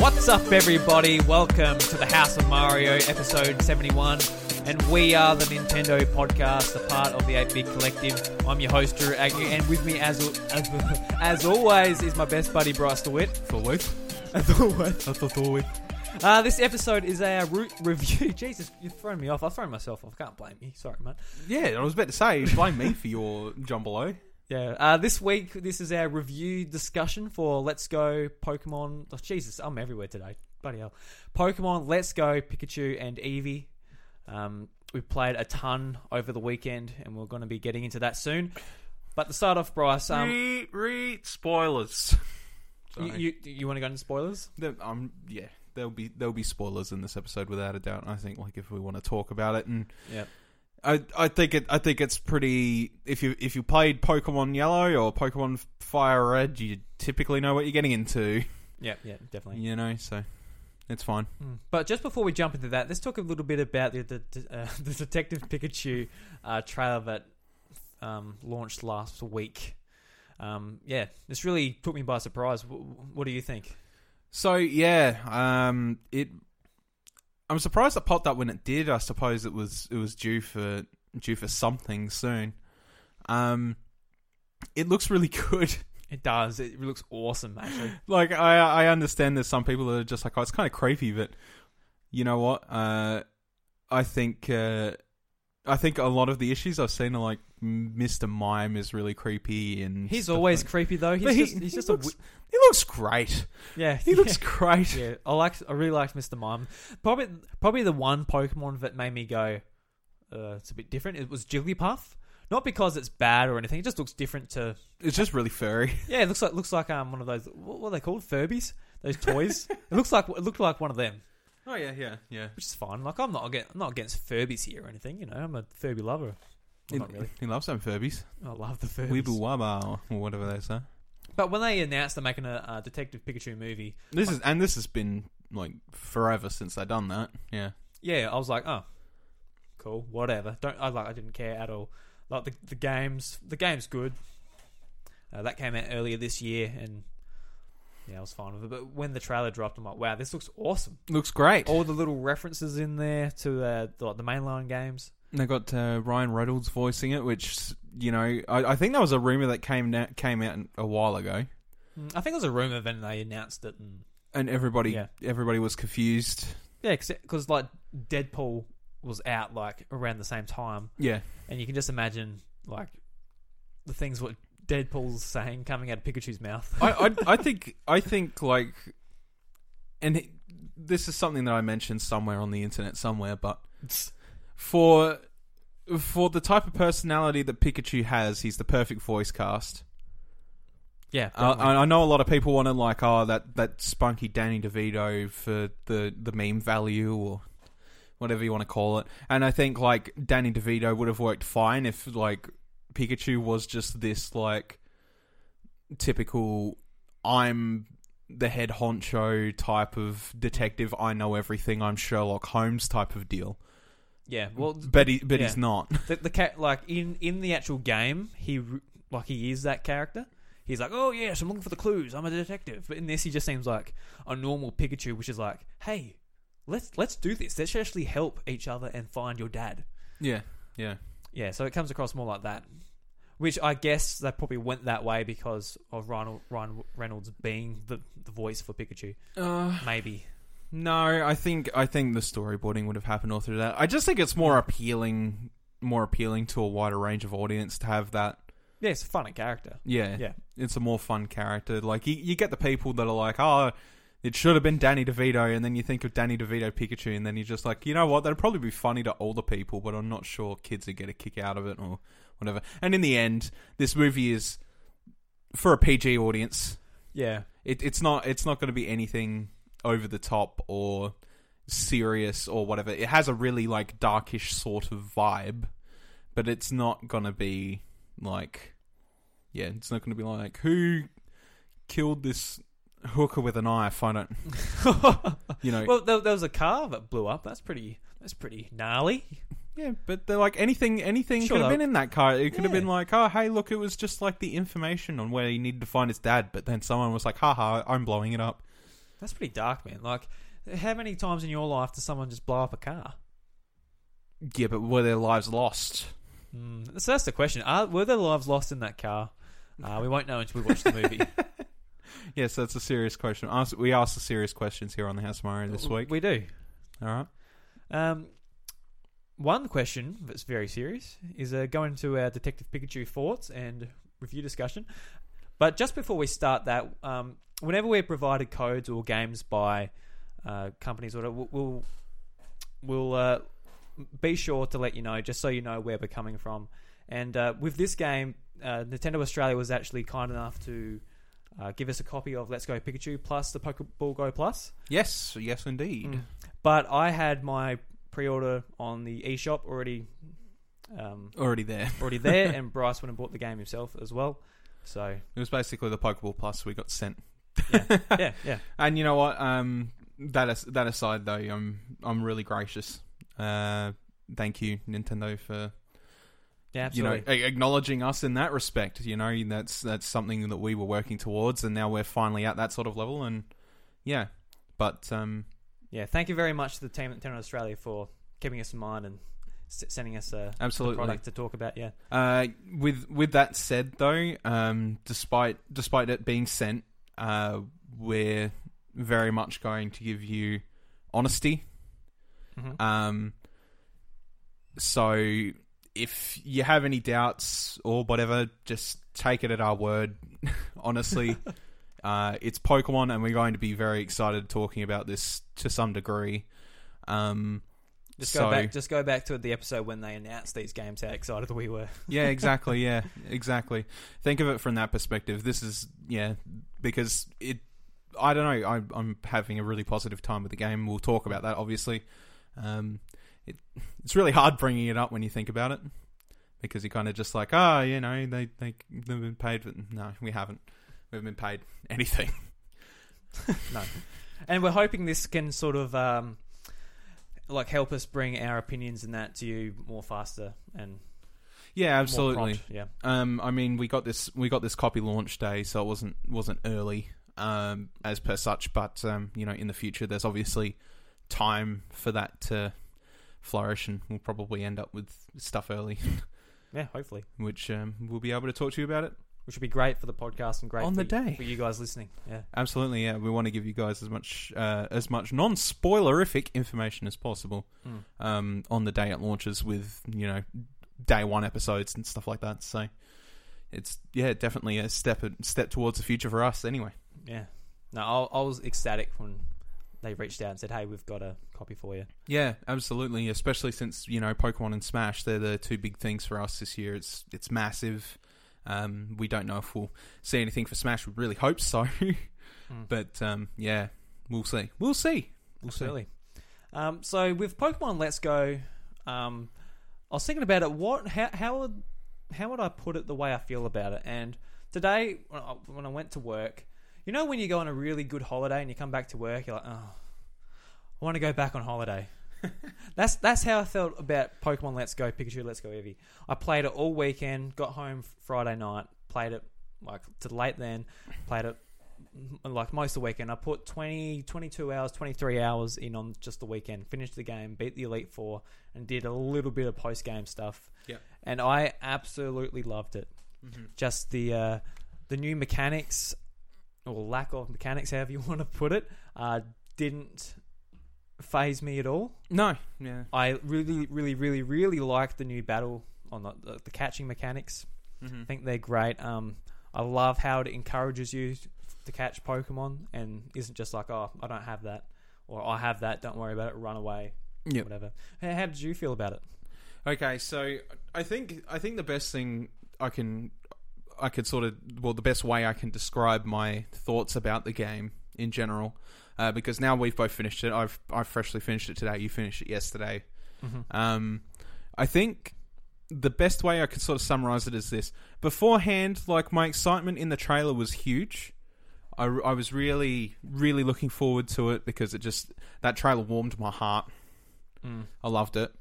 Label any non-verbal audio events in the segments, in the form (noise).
What's up, everybody? Welcome to the House of Mario, episode 71. And we are the Nintendo podcast, a part of the 8 Bit Collective. I'm your host, Drew Agnew, and with me, as, as, (laughs) as always, is my best buddy, Bryce DeWitt. Always. As always. That's not always. Uh, this episode is our root review. (laughs) Jesus, you've thrown me off. I've thrown myself off. Can't blame you. Sorry, man. Yeah, I was about to say, blame me for your jumbo. Yeah. Uh, this week, this is our review discussion for Let's Go Pokemon. Oh, Jesus, I'm everywhere today. Bloody hell. Pokemon Let's Go Pikachu and Eevee. Um, we played a ton over the weekend, and we're going to be getting into that soon. But to start off, Bryce, um, Re, re, spoilers. you, Sorry. you, you want to go into spoilers? There- um, yeah, there'll be there'll be spoilers in this episode without a doubt. I think like if we want to talk about it, and Yeah. I I think it I think it's pretty. If you if you played Pokemon Yellow or Pokemon Fire Red, you typically know what you're getting into. Yeah, yeah, definitely. You know, so it's fine. Mm. But just before we jump into that, let's talk a little bit about the the, uh, (laughs) the Detective Pikachu uh, trailer that um, launched last week. Um, yeah, this really took me by surprise. W- what do you think? So yeah, um, it. I'm surprised it popped up when it did. I suppose it was it was due for due for something soon. Um, it looks really (laughs) good. It does. It looks awesome, actually. like I I understand there's some people that are just like, oh, it's kind of creepy, but you know what? Uh, I think uh, I think a lot of the issues I've seen are like Mr. Mime is really creepy and (laughs) He's stuff always like- creepy though. He's But he- just he's he just looks- a wi- He looks great. yeah. He looks (laughs) yeah. great. Yeah, I like. I really liked Mr. Mime. Probably, probably the one Pokemon that made me go, uh, "It's a bit different." It was Jigglypuff. Not because it's bad or anything. It just looks different to It's just really furry. Yeah, it looks like looks like um one of those what, what are they called Furbies? Those toys. it looks like it looked like one of them, Oh yeah, yeah, yeah. which is fine. Like I'm not against, I'm not against Furbies here or anything. You know, I'm a Furby lover. Well, not really. He loves them Furbies. I love the Furbies. Weeble Waba or whatever they say. But when they announced they're making a uh, Detective Pikachu movie, This is and this has been like forever since they done that. Yeah. yeah, I was like, oh, cool, whatever. Don't I like I didn't care at all. Like the the games, the game's good. Uh, that came out earlier this year, and yeah, I was fine with it. But when the trailer dropped, I'm like, wow, this looks awesome. Looks great. all the little references in there to uh, the, like, the mainline games. They got uh, Ryan Reynolds voicing it, which you know, I, I think that was a rumor that came na- came out a while ago, Mm, I think it was a rumor when they announced it, and and everybody Yeah. everybody was confused. yeah, because like Deadpool was out like around the same time, Yeah, and you can just imagine like the things what Deadpool's saying coming out of Pikachu's mouth. I, I I think I think like, and it- this is something that I mentioned somewhere on the internet somewhere, but for for the type of personality that Pikachu has, he's the perfect voice cast. (laughs) yeah, Uh, definitely. I, I know a lot of people want to like, oh, that that spunky Danny DeVito for the the meme value or whatever you want to call it. And I think like Danny DeVito would have worked fine if like Pikachu was just this like typical I'm the head honcho type of detective. I know everything. I'm Sherlock Holmes type of deal. yeah. Well, But he, but he's Yeah. not. the, the cat like in in the actual game, he r- like he is that character. He's like, oh yes, I'm looking for the clues. I'm a detective. But in this, he just seems like a normal Pikachu, which is like, hey, let's let's do this. Let's actually help each other and find your dad. Yeah, yeah. Yeah, so it comes across more like that. Which I guess they probably went that way because of Ryan, Ryan Reynolds being the, the voice for Pikachu. Uh, Maybe. No, I think I think the storyboarding would have happened all through that. I just think it's more appealing, more appealing to a wider range of audience to have that. Yeah, it's a funny character. Yeah, Yeah. it's a more fun character. Like you, you get the people that are like, oh, it should have been Danny DeVito, and then you think of Danny DeVito Pikachu, and then you're just like, you know what? That'd probably be funny to older people, but I'm not sure kids would get a kick out of it or whatever. And in the end, this movie is for a PG audience. (laughs) Yeah. It, it's not it's not going to be anything over the top or serious or whatever. It has a really like darkish sort of vibe, but it's not going to be like yeah, it's not going to be like who killed this hooker with a knife. I don't you know well, there, there was a car that blew up. That's pretty. That's pretty gnarly. Yeah, but they're like anything, anything Sure, could have though. been in that car. It could have Yeah. been like, oh, hey, look, it was just like the information on where he needed to find his dad. But then someone was like, haha, I'm blowing it up. That's pretty dark, man. Like, how many times in your life does someone just blow up a car? Yeah, but were their lives lost? Mm. So that's the question. Are, were their lives lost in that car? Uh, we won't know until we watch the movie. Yes, that's a serious question. Ask, we asked the serious questions here on the House of Mario (laughs) this week. We do. All right. Um, one question that's very serious is uh, going to our Detective Pikachu thoughts and review discussion. But just before we start that, um, whenever we're provided codes or games by uh, companies, or we'll we'll, we'll uh, be sure to let you know, just so you know where we're coming from. And uh, with this game, uh, Nintendo Australia was actually kind enough to uh, give us a copy of Let's Go Pikachu plus the Pokeball Go Plus. Yes, yes, indeed. Mm. But I had my pre-order on the eShop already, um, Already there. already there, (laughs) and Bryce went and bought the game himself as well. So It was basically the Pokeball Plus we got sent. yeah, yeah, And you know what? Um, that as, that aside, though, I'm I'm really gracious. Uh, thank you, Nintendo, for yeah, absolutely. you know eh, a- acknowledging us in that respect. You know that's that's something that we were working towards, and now we're finally at that sort of level. And yeah, but um, yeah, thank you very much to the team at Nintendo Australia for keeping us in mind and s- sending us a absolutely. product to talk about. Yeah, Uh, with with that said, though, um, despite despite it being sent, uh, we're very much going to give you honesty Mhm. Um, so if you have any doubts or whatever, just take it at our word. (laughs) Honestly, uh, it's Pokemon, and we're going to be very excited talking about this to some degree. Um, just go so- back, just go back to the episode when they announced these games. How excited we were! yeah, exactly. Yeah, exactly. Think of it from that perspective. This is yeah, because it. I don't know. I, I'm having a really positive time with the game. We'll talk about that, obviously. Um, it, it's really hard bringing it up when you think about it, because you're kind of just like, ah, you know, they they they've been paid. For, no, we haven't. We haven't been paid anything. And we're hoping this can sort of um, like help us bring our opinions and that to you more faster and (laughs) Yeah, more absolutely. prompt. Yeah. Um, I mean, we got this we got this copy launch day, so it wasn't wasn't early um, as per such. But um, you know, in the future, there's obviously time for that to flourish, and we'll probably end up with stuff early, (laughs) Yeah, hopefully, which um, we'll be able to talk to you about it. which would be great for the podcast and great On for the y- day. for you guys listening. Yeah, Absolutely, yeah. We want to give you guys as much uh, as much non spoilerific information as possible Mm. um, on the day it launches, with you know day one episodes and stuff like that. So. It's yeah, definitely a step step towards the future for us. Anyway, yeah. No, I, I was ecstatic when they reached out and said, "Hey, we've got a copy for you." Yeah, absolutely. Especially since you know Pokemon and Smash, they're the two big things for us this year. It's it's massive. Um, we don't know if we'll see anything for Smash. We really hope so, (laughs) but um, yeah, we'll see. We'll see. We'll see. Absolutely. Um, so with Pokemon Let's Go, um, I was thinking about it. What? How, how would how would I put it the way I feel about it? And today, when I, when I went to work, you know, when you go on a really good holiday and you come back to work, you're like, oh, I want to go back on (laughs) holiday. that's that's how I felt about Pokemon Let's Go, Pikachu Let's Go Eevee. I played it all weekend. Got home Friday night, played it like to late then, played it m- like most of the weekend. I put 20, 22 hours, 23 hours in on just the weekend, finished the game, beat the Elite Four, and did a little bit of post game stuff. Yep. And I absolutely loved it. Just the uh, the new mechanics, or lack of mechanics, however you (laughs) want to put it, uh, didn't phase me at all. No, yeah, I really, really, really, really liked the new battle on the, the, the catching mechanics. I think they're great. Um, I love how it encourages you to catch Pokemon and isn't just like, oh, I don't have that, or I have that, don't worry about it, run away, Yep. whatever. How, how did you feel about it? Okay, so I think I think the best thing I can I could sort of well the best way I can describe my thoughts about the game in general, uh, because now we've both finished it. I've I've freshly finished it today. You finished it yesterday. Um, I think the best way I could sort of summarize it is this: beforehand, like my excitement in the trailer was huge. I, I was really really looking forward to it because it just that trailer warmed my heart. I loved it.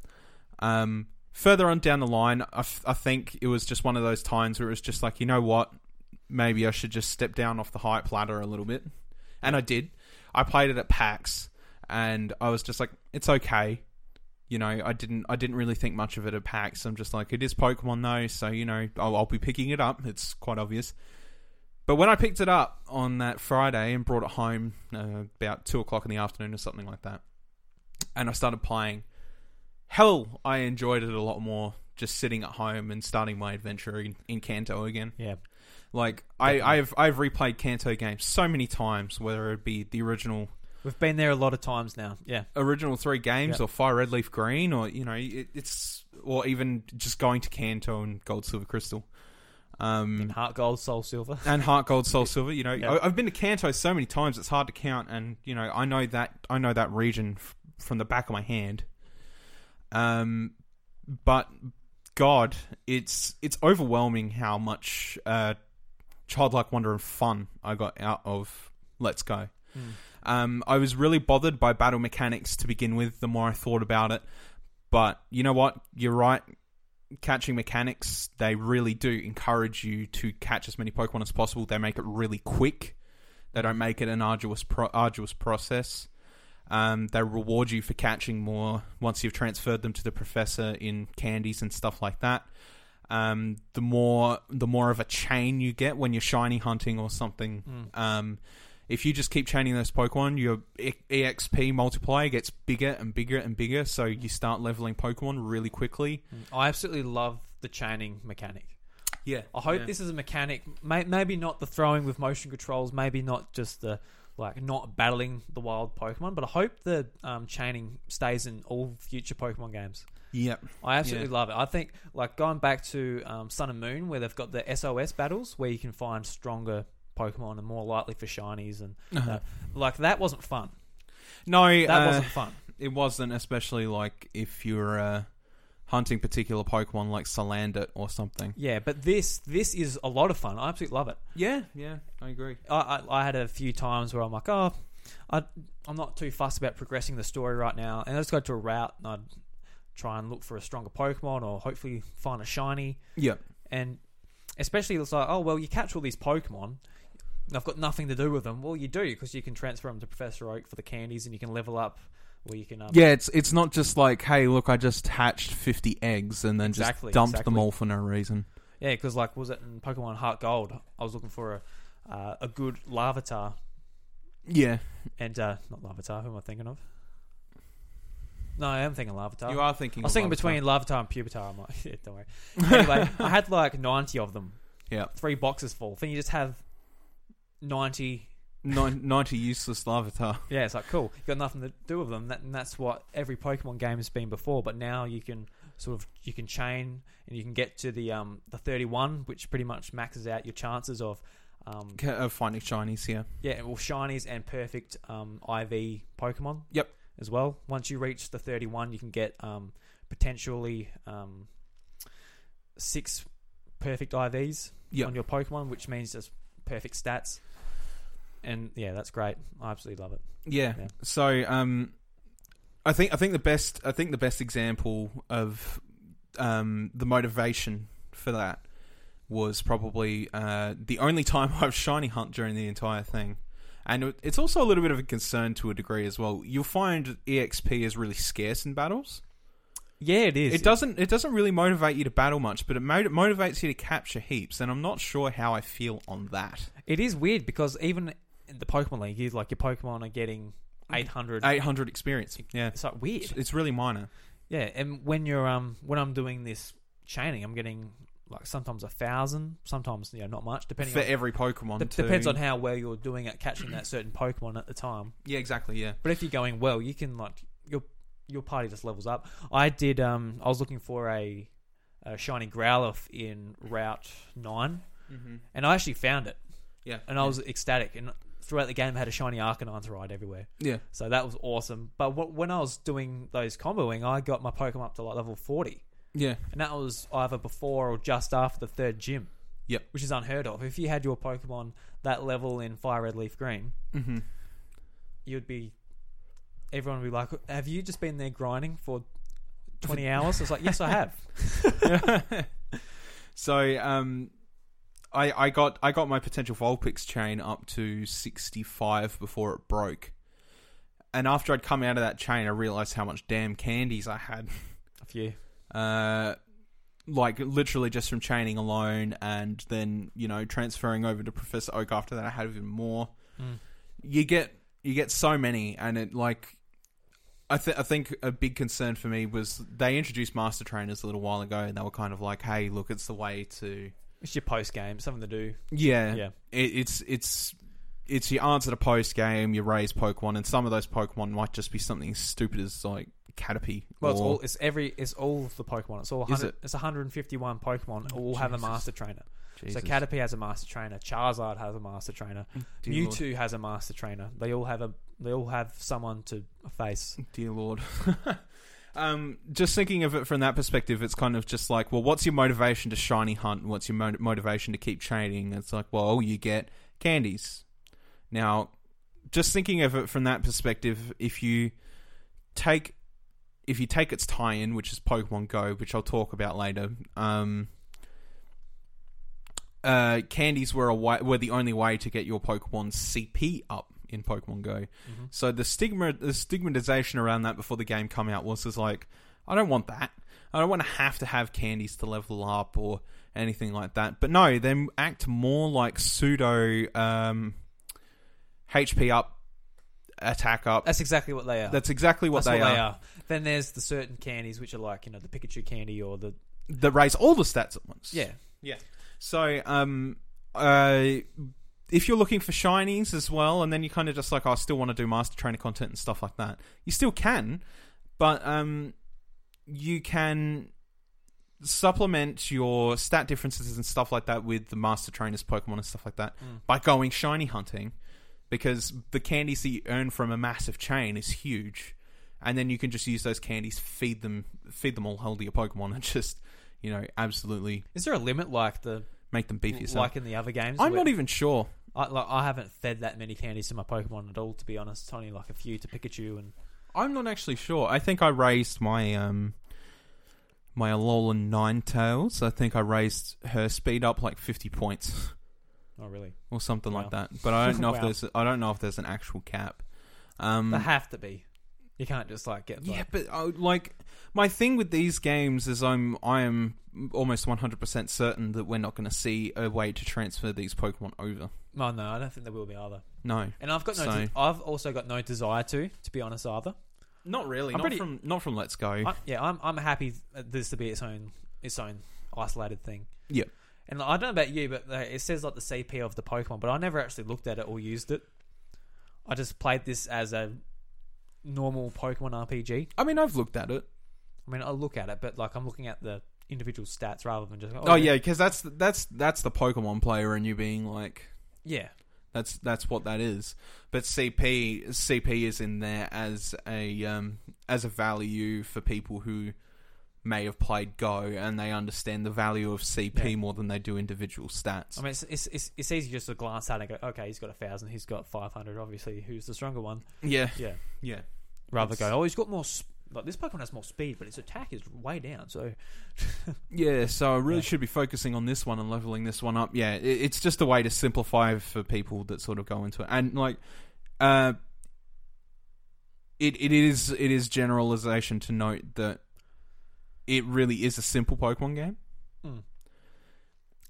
Um, further on down the line, I, f- I think it was just one of those times where it was just like, you know what, maybe I should just step down off the hype ladder a little bit, and I did. I played it at PAX, and I was just like, it's okay. You know, I didn't. I didn't really think much of it at PAX. I'm just like, it is Pokemon though, so you know, I'll, I'll be picking it up. It's quite obvious. But when I picked it up on that Friday and brought it home uh, about two o'clock in the afternoon or something like that, and I started playing, hell, I enjoyed it a lot more just sitting at home and starting my adventure in, in Kanto again. Yeah. Like I, I've I've replayed Kanto games so many times, whether it be the original We've been there a lot of times now. Yeah. original three games Yeah. or Fire Red Leaf Green or you know it, it's or even just going to Kanto and Gold Silver Crystal. Um, And Heart Gold, Soul Silver. and heart gold soul silver you know Yeah. I, i've been to kanto so many times it's hard to count and you know i know that i know that region f- from the back of my hand um but god it's it's overwhelming how much uh childlike wonder and fun i got out of let's go Mm. um i was really bothered by battle mechanics to begin with the more i thought about it but you know what you're right catching mechanics, they really do encourage you to catch as many Pokemon as possible. They make it really quick. They don't make it an arduous pro- arduous process. Um, they reward you for catching more once you've transferred them to the professor in candies and stuff like that. Um, the more the more of a chain you get when you're shiny hunting or something. Um, if you just keep chaining those Pokemon, your E- EXP multiplier gets bigger and bigger and bigger, so you start leveling Pokemon really quickly. I absolutely love the chaining mechanic. Yeah, I hope this is a mechanic. May, maybe not the throwing with motion controls. Maybe not just the like not battling the wild Pokemon. But I hope the um, chaining stays in all future Pokemon games. Yep. I absolutely love it. I think like going back to um, Sun and Moon, where they've got the SOS battles, where you can find stronger Pokemon and more likely for shinies, and uh, like that wasn't fun. No, That uh, wasn't fun. It wasn't, especially like if you're uh, hunting particular Pokemon like Salandit or something. Yeah, but this this is a lot of fun. I absolutely love it. Yeah, yeah, I agree. I, I, I had a few times where I'm like, oh, I, I'm not too fussed about progressing the story right now, and I just go to a route and I'd try and look for a stronger Pokemon or hopefully find a shiny. Yeah, And especially it's like, oh well, you catch all these Pokemon. and I've got nothing to do with them. Well, you do because you can transfer them to Professor Oak for the candies, and you can level up, or you can um, yeah. It's it's not just like, hey, look, I just hatched fifty eggs and then Exactly, just dumped exactly. them all for no reason. Yeah, because like was it in Pokemon Heart Gold? I was looking for a uh, a good Larvitar Yeah, and uh, not Larvitar. Who am I thinking of? No, I am thinking Larvitar. you are thinking. I was thinking between Larvitar and Pupitar. I'm like, (laughs) yeah, (laughs) don't worry. Anyway, I had like 90 of them. Yeah. Three boxes full. Then you just have 90. ninety useless (laughs) Larvitar. Yeah, it's like, cool. You've got nothing to do with them. That, and that's what every Pokemon game has been before. But now you can sort of, you can chain and you can get to the um, the 31, which pretty much maxes out your chances of, um, Ca- Uh, finding shinies here. yeah, well, shinies and perfect um, IV Pokemon. Yep. As well. Once you reach the 31, you can get um, potentially um, six perfect IVs Yep. on your Pokemon, which means just perfect stats. And yeah, that's great. I absolutely love it. Yeah. Yeah. So um, I think I think the best I think the best example of um, the motivation for that was probably uh, the only time (laughs) I've shiny hunt during the entire thing. And it- it's also a little bit of a concern to a degree as well. You'll find EXP is really scarce in battles. Yeah, it is. It doesn't. It doesn't really motivate you to battle much, but it mo- motivates you to capture heaps. And I'm not sure how I feel on that. It is weird because even in the Pokemon League, you like your Pokemon are getting 800. 800 experience. Yeah, It's like weird. it's, it's really minor. Yeah, and when you're um when I'm doing this chaining, I'm getting like sometimes a thousand, sometimes you know not much, depending for on every Pokemon. de- too. depends on how well you're doing at catching that certain Pokemon at the time. Yeah, exactly. Yeah. But if you're going well, you can like your your party just levels up. I did. Um, I was looking for a, a shiny Growlithe in Route Nine, Mm-hmm. and I actually found it, Yeah. and I was ecstatic. And throughout the game, I had a shiny Arcanine to ride everywhere. Yeah. So that was awesome. But wh- when I was doing those comboing, I got my Pokemon up to like level forty. Yeah. and that was either before or just after the third gym. Yep. which is unheard of. If you had your Pokemon that level in Fire Red Leaf Green, Mm-hmm. you'd be everyone would be like, "Have you just been there grinding for (laughs) 20 hours? I was like, yes, I have. so um I I got I got my potential Vulpix chain up to 65 before it broke. And after I'd come out of that chain I realized how much damn candies I had. A few. Uh like literally just from chaining alone and then, you know, transferring over to Professor Oak after that I had even more. Mm. You get you get so many and it like I, th- I think a big concern for me was they introduced master trainers a little while ago, and they were kind of like, "Hey, look, it's the way to It's your post game, something to do. yeah, Yeah. It, it's it's it's your answer to post game. You raise Pokemon, and some of those Pokemon might just be something stupid as like Caterpie. Well, it's or- all it's every it's all of the Pokemon. It's all Is 100, Oh, it's 151 Pokemon all have a Jesus. master trainer. Jesus. Mm. So Caterpie has a master trainer, Charizard has a master trainer, dear Mewtwo has a master trainer. They all have a they all have someone to (laughs) face. Lord. dear Lord. Um, just thinking of it from that perspective, it's kind of just like, well, what's your motivation to shiny hunt? What's your mo- motivation to keep chaining? It's like, well, you get candies. Now, just thinking of it from that perspective, if you take if you take its tie-in, which is Pokemon Go, which I'll talk about later, um, uh, candies were a way, were the only way to get your Pokemon CP up in Pokemon Go. So the stigma, the stigmatization around that before the game come out was is like, I don't want that. I don't want to have to have candies to level up or anything like that. But no, they act more like pseudo um, HP up, attack up. That's exactly what they are. That's exactly what, That's they, are. Then there's the certain candies which are like you know the Pikachu candy or the That raise all the stats at once. yeah So, um, uh, if you're looking for shinies as well, and then you kind of just like, oh, I still want to do master trainer content and stuff like that. You still can, but um, you can supplement your stat differences and stuff like that with the master trainers Pokemon and stuff like that Mm. by going shiny hunting, because the candies that you earn from a massive chain is huge, and then you can just use those candies, feed them, feed them all whole to your Pokemon, (laughs) and just you know absolutely Is there a limit like the make them beef yourself. like in the other games? I'm where- not e- even sure. I, like, I haven't fed that many candies to my Pokemon at all, to be honest. It's only like a few to Pikachu and I'm not actually sure. I think I raised my um my Alolan Ninetails. I think I raised her speed up like 50 points (laughs) oh really, or something Wow. like that. But I don't know if Wow. there's I don't know if there's an actual cap. Um they have to be. You can't just like get yeah, like, but I, would like my thing with these games is I'm I am almost 100% certain that we're not going to see a way to transfer these Pokemon over. no, no, I don't think there will be either. No, And I've got no, So- de- I've also got no desire to, to be honest, either. not really. I'm not pretty- from not from Let's Go. I, yeah, I'm I'm happy th- uh, this to be its own its own isolated thing. Yeah. And like, I don't know about you, but uh, it says like the CP of the Pokemon, but I never actually looked at it or used it. I just played this as a normal Pokemon RPG. I mean, I've looked at it. I mean, I look at it, but like I'm looking at the individual stats rather than just. Oh yeah, because that's that's that's the Pokemon player and you being like yeah. that's that's what that is. But CP CP is in there as a um, as a value for people who may have played Go and they understand the value of CP Yeah. more than they do individual stats. I mean, it's it's it's, it's easy just to glance at it and go, okay, he's got a thousand, he's got five hundred. Obviously, who's the stronger one? yeah, Yeah. yeah. Rather It's- go, oh, he's got more. Sp- like this Pokemon has more speed, but its attack is way down. So Yeah, so I really Yeah. should be focusing on this one and leveling this one up. Yeah, it, it's just a way to simplify for people that sort of go into it, and like, uh, it it is it is generalization to note that it really is a simple Pokemon game.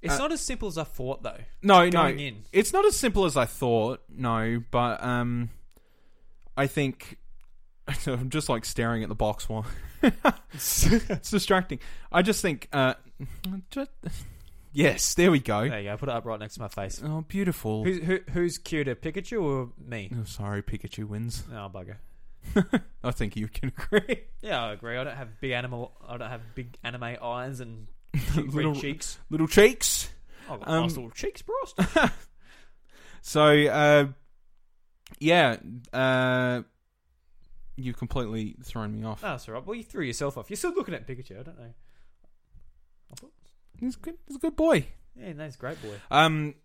it's Uh, not as simple as I thought, though. No, no, Going in, it's not as simple as I thought. No, but um, I think (laughs) I'm just like staring at the box while (laughs) it's distracting. I just think, uh, (laughs) just, yes, there we go. there you go. Put it up right next to my face. Oh, beautiful. Who's who, who's cuter, Pikachu or me? Oh, sorry, Pikachu wins. Oh (laughs) bugger. I think you can (laughs) agree. Yeah, I agree. I don't have big animal. I don't have big anime eyes (laughs) and cute red little, (laughs) cheeks. little cheeks. I got Um, nice little cheeks, bros. So, uh, yeah, uh, you've completely thrown me off. No, that's all right. Well, you threw yourself off. You're still looking at Pikachu. I don't know. I thought- He's good. He's a good boy. Yeah, that's great boy. Um,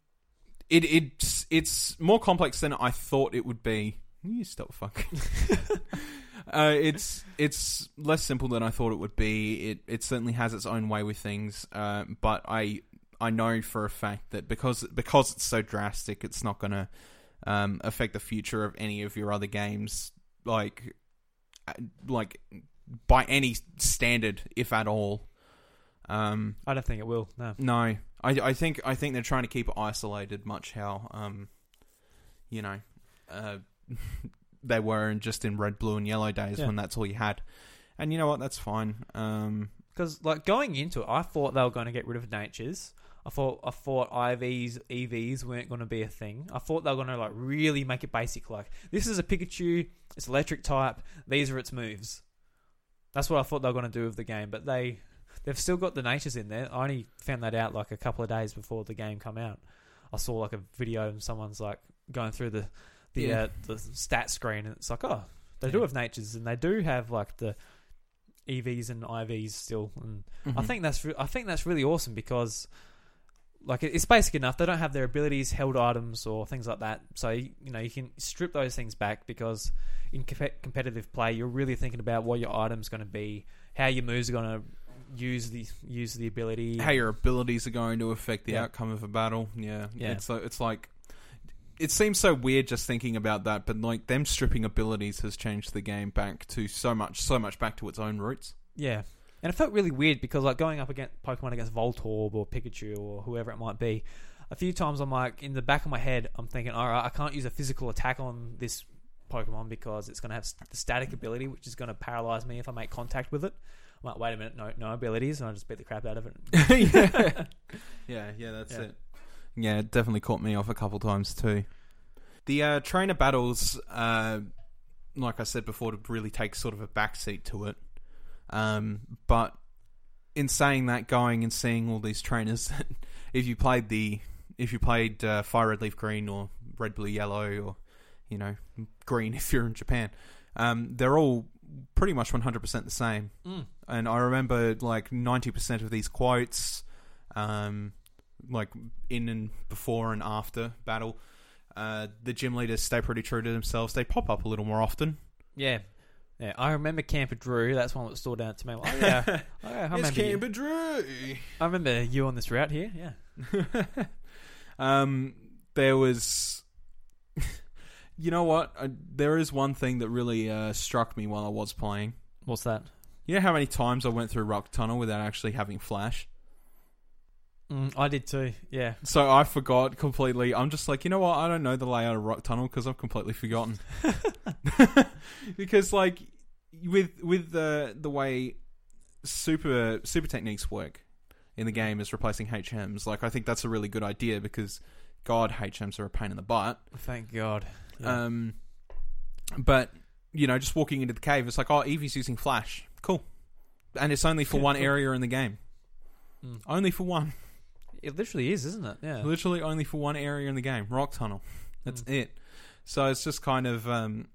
it it's it's more complex than I thought it would be. You stop fucking. Uh, it's it's less simple than I thought it would be. It it certainly has its own way with things, uh, but I I know for a fact that because because it's so drastic, it's not going to um, affect the future of any of your other games, like uh, like by any standard, if at all. Um, I don't think it will. No. no, I, I think I think they're trying to keep it isolated, much how um, you know, uh, (laughs) they were in just in red, blue, and yellow days Yeah. when that's all you had. And you know what? That's fine. Um, Because like going into it, I thought they were going to get rid of natures. I thought I thought IVs EVs weren't going to be a thing. I thought they were going to like really make it basic. Like this is a Pikachu, it's electric type. These are its moves. That's what I thought they were going to do with the game, but they they've still got the natures in there. I only found that out like a couple of days before the game come out. I saw like a video and someone's like going through the the Yeah. uh, the stat screen and it's like oh they do Yeah. have natures and they do have like the EVs and IVs still and I mhm. think that's re- I think that's really awesome because like it- it's basic enough. They don't have their abilities, held items, or things like that. So you, you know you can strip those things back because in compe- competitive play, you're really thinking about what your item's going to be, how your moves are going to use the use the ability. how your abilities are going to affect the Yeah. outcome of a battle. Yeah, Yeah. It's like, it's like it seems so weird just thinking about that, but like them stripping abilities has changed the game back to so much, so much back to its own roots. (laughs) (laughs) Yeah. And it felt really weird because like going up against Pokemon against Voltorb or Pikachu or whoever it might be, a few times I'm like in the back of my head I'm thinking, all right, I can't use a physical attack on this Pokemon because it's going to have st- the static ability, which is going to paralyze me if I make contact with it. I'm like, wait a minute, no, no abilities, and I just beat the crap out (laughs) of it. yeah, yeah, that's Yeah. it. Yeah, it definitely caught me off a couple times too. The uh, trainer battles, uh, like I said before, to really take sort of a backseat to it. Um, but in saying that, going and seeing all these trainers, (laughs) if you played the, if you played uh, Fire Red Leaf Green or Red Blue Yellow or, you know, Green (laughs) if you're in Japan, um, they're all pretty much 100% the same Mm. and I remember like ninety percent of these quotes, um, like in and before and after battle. Uh, the gym leaders stay pretty true to themselves. They pop up a little more often. Yeah. Yeah, I remember Camper Drew. That's one that stood out to me. (laughs) I'm like, (laughs) oh, yeah, oh, yeah, I remember. You. Drew. I remember you on this route here. Yeah, (laughs) um, there was, (laughs) you know what? I, there is one thing that really uh, struck me while I was playing. what's that? You know how many times I went through Rock Tunnel without actually having Flash. Mm, I did too. Yeah, So I forgot completely. I'm just like, you know what? I don't know the layout of Rock Tunnel because I've completely forgotten. (laughs) because like with with the the way super super techniques work in the game is replacing HMs. Like I think that's a really good idea because God HMs are a pain in the butt. thank God. Yeah. Um, but you know, just walking into the cave, it's like, oh, Eevee's using Flash. Cool, and it's only for Yeah, one cool. area in the game. Mm. Only for one. It literally is, isn't it? Yeah. Literally only for one area in the game, Rock Tunnel. That's it. So it's just kind of um,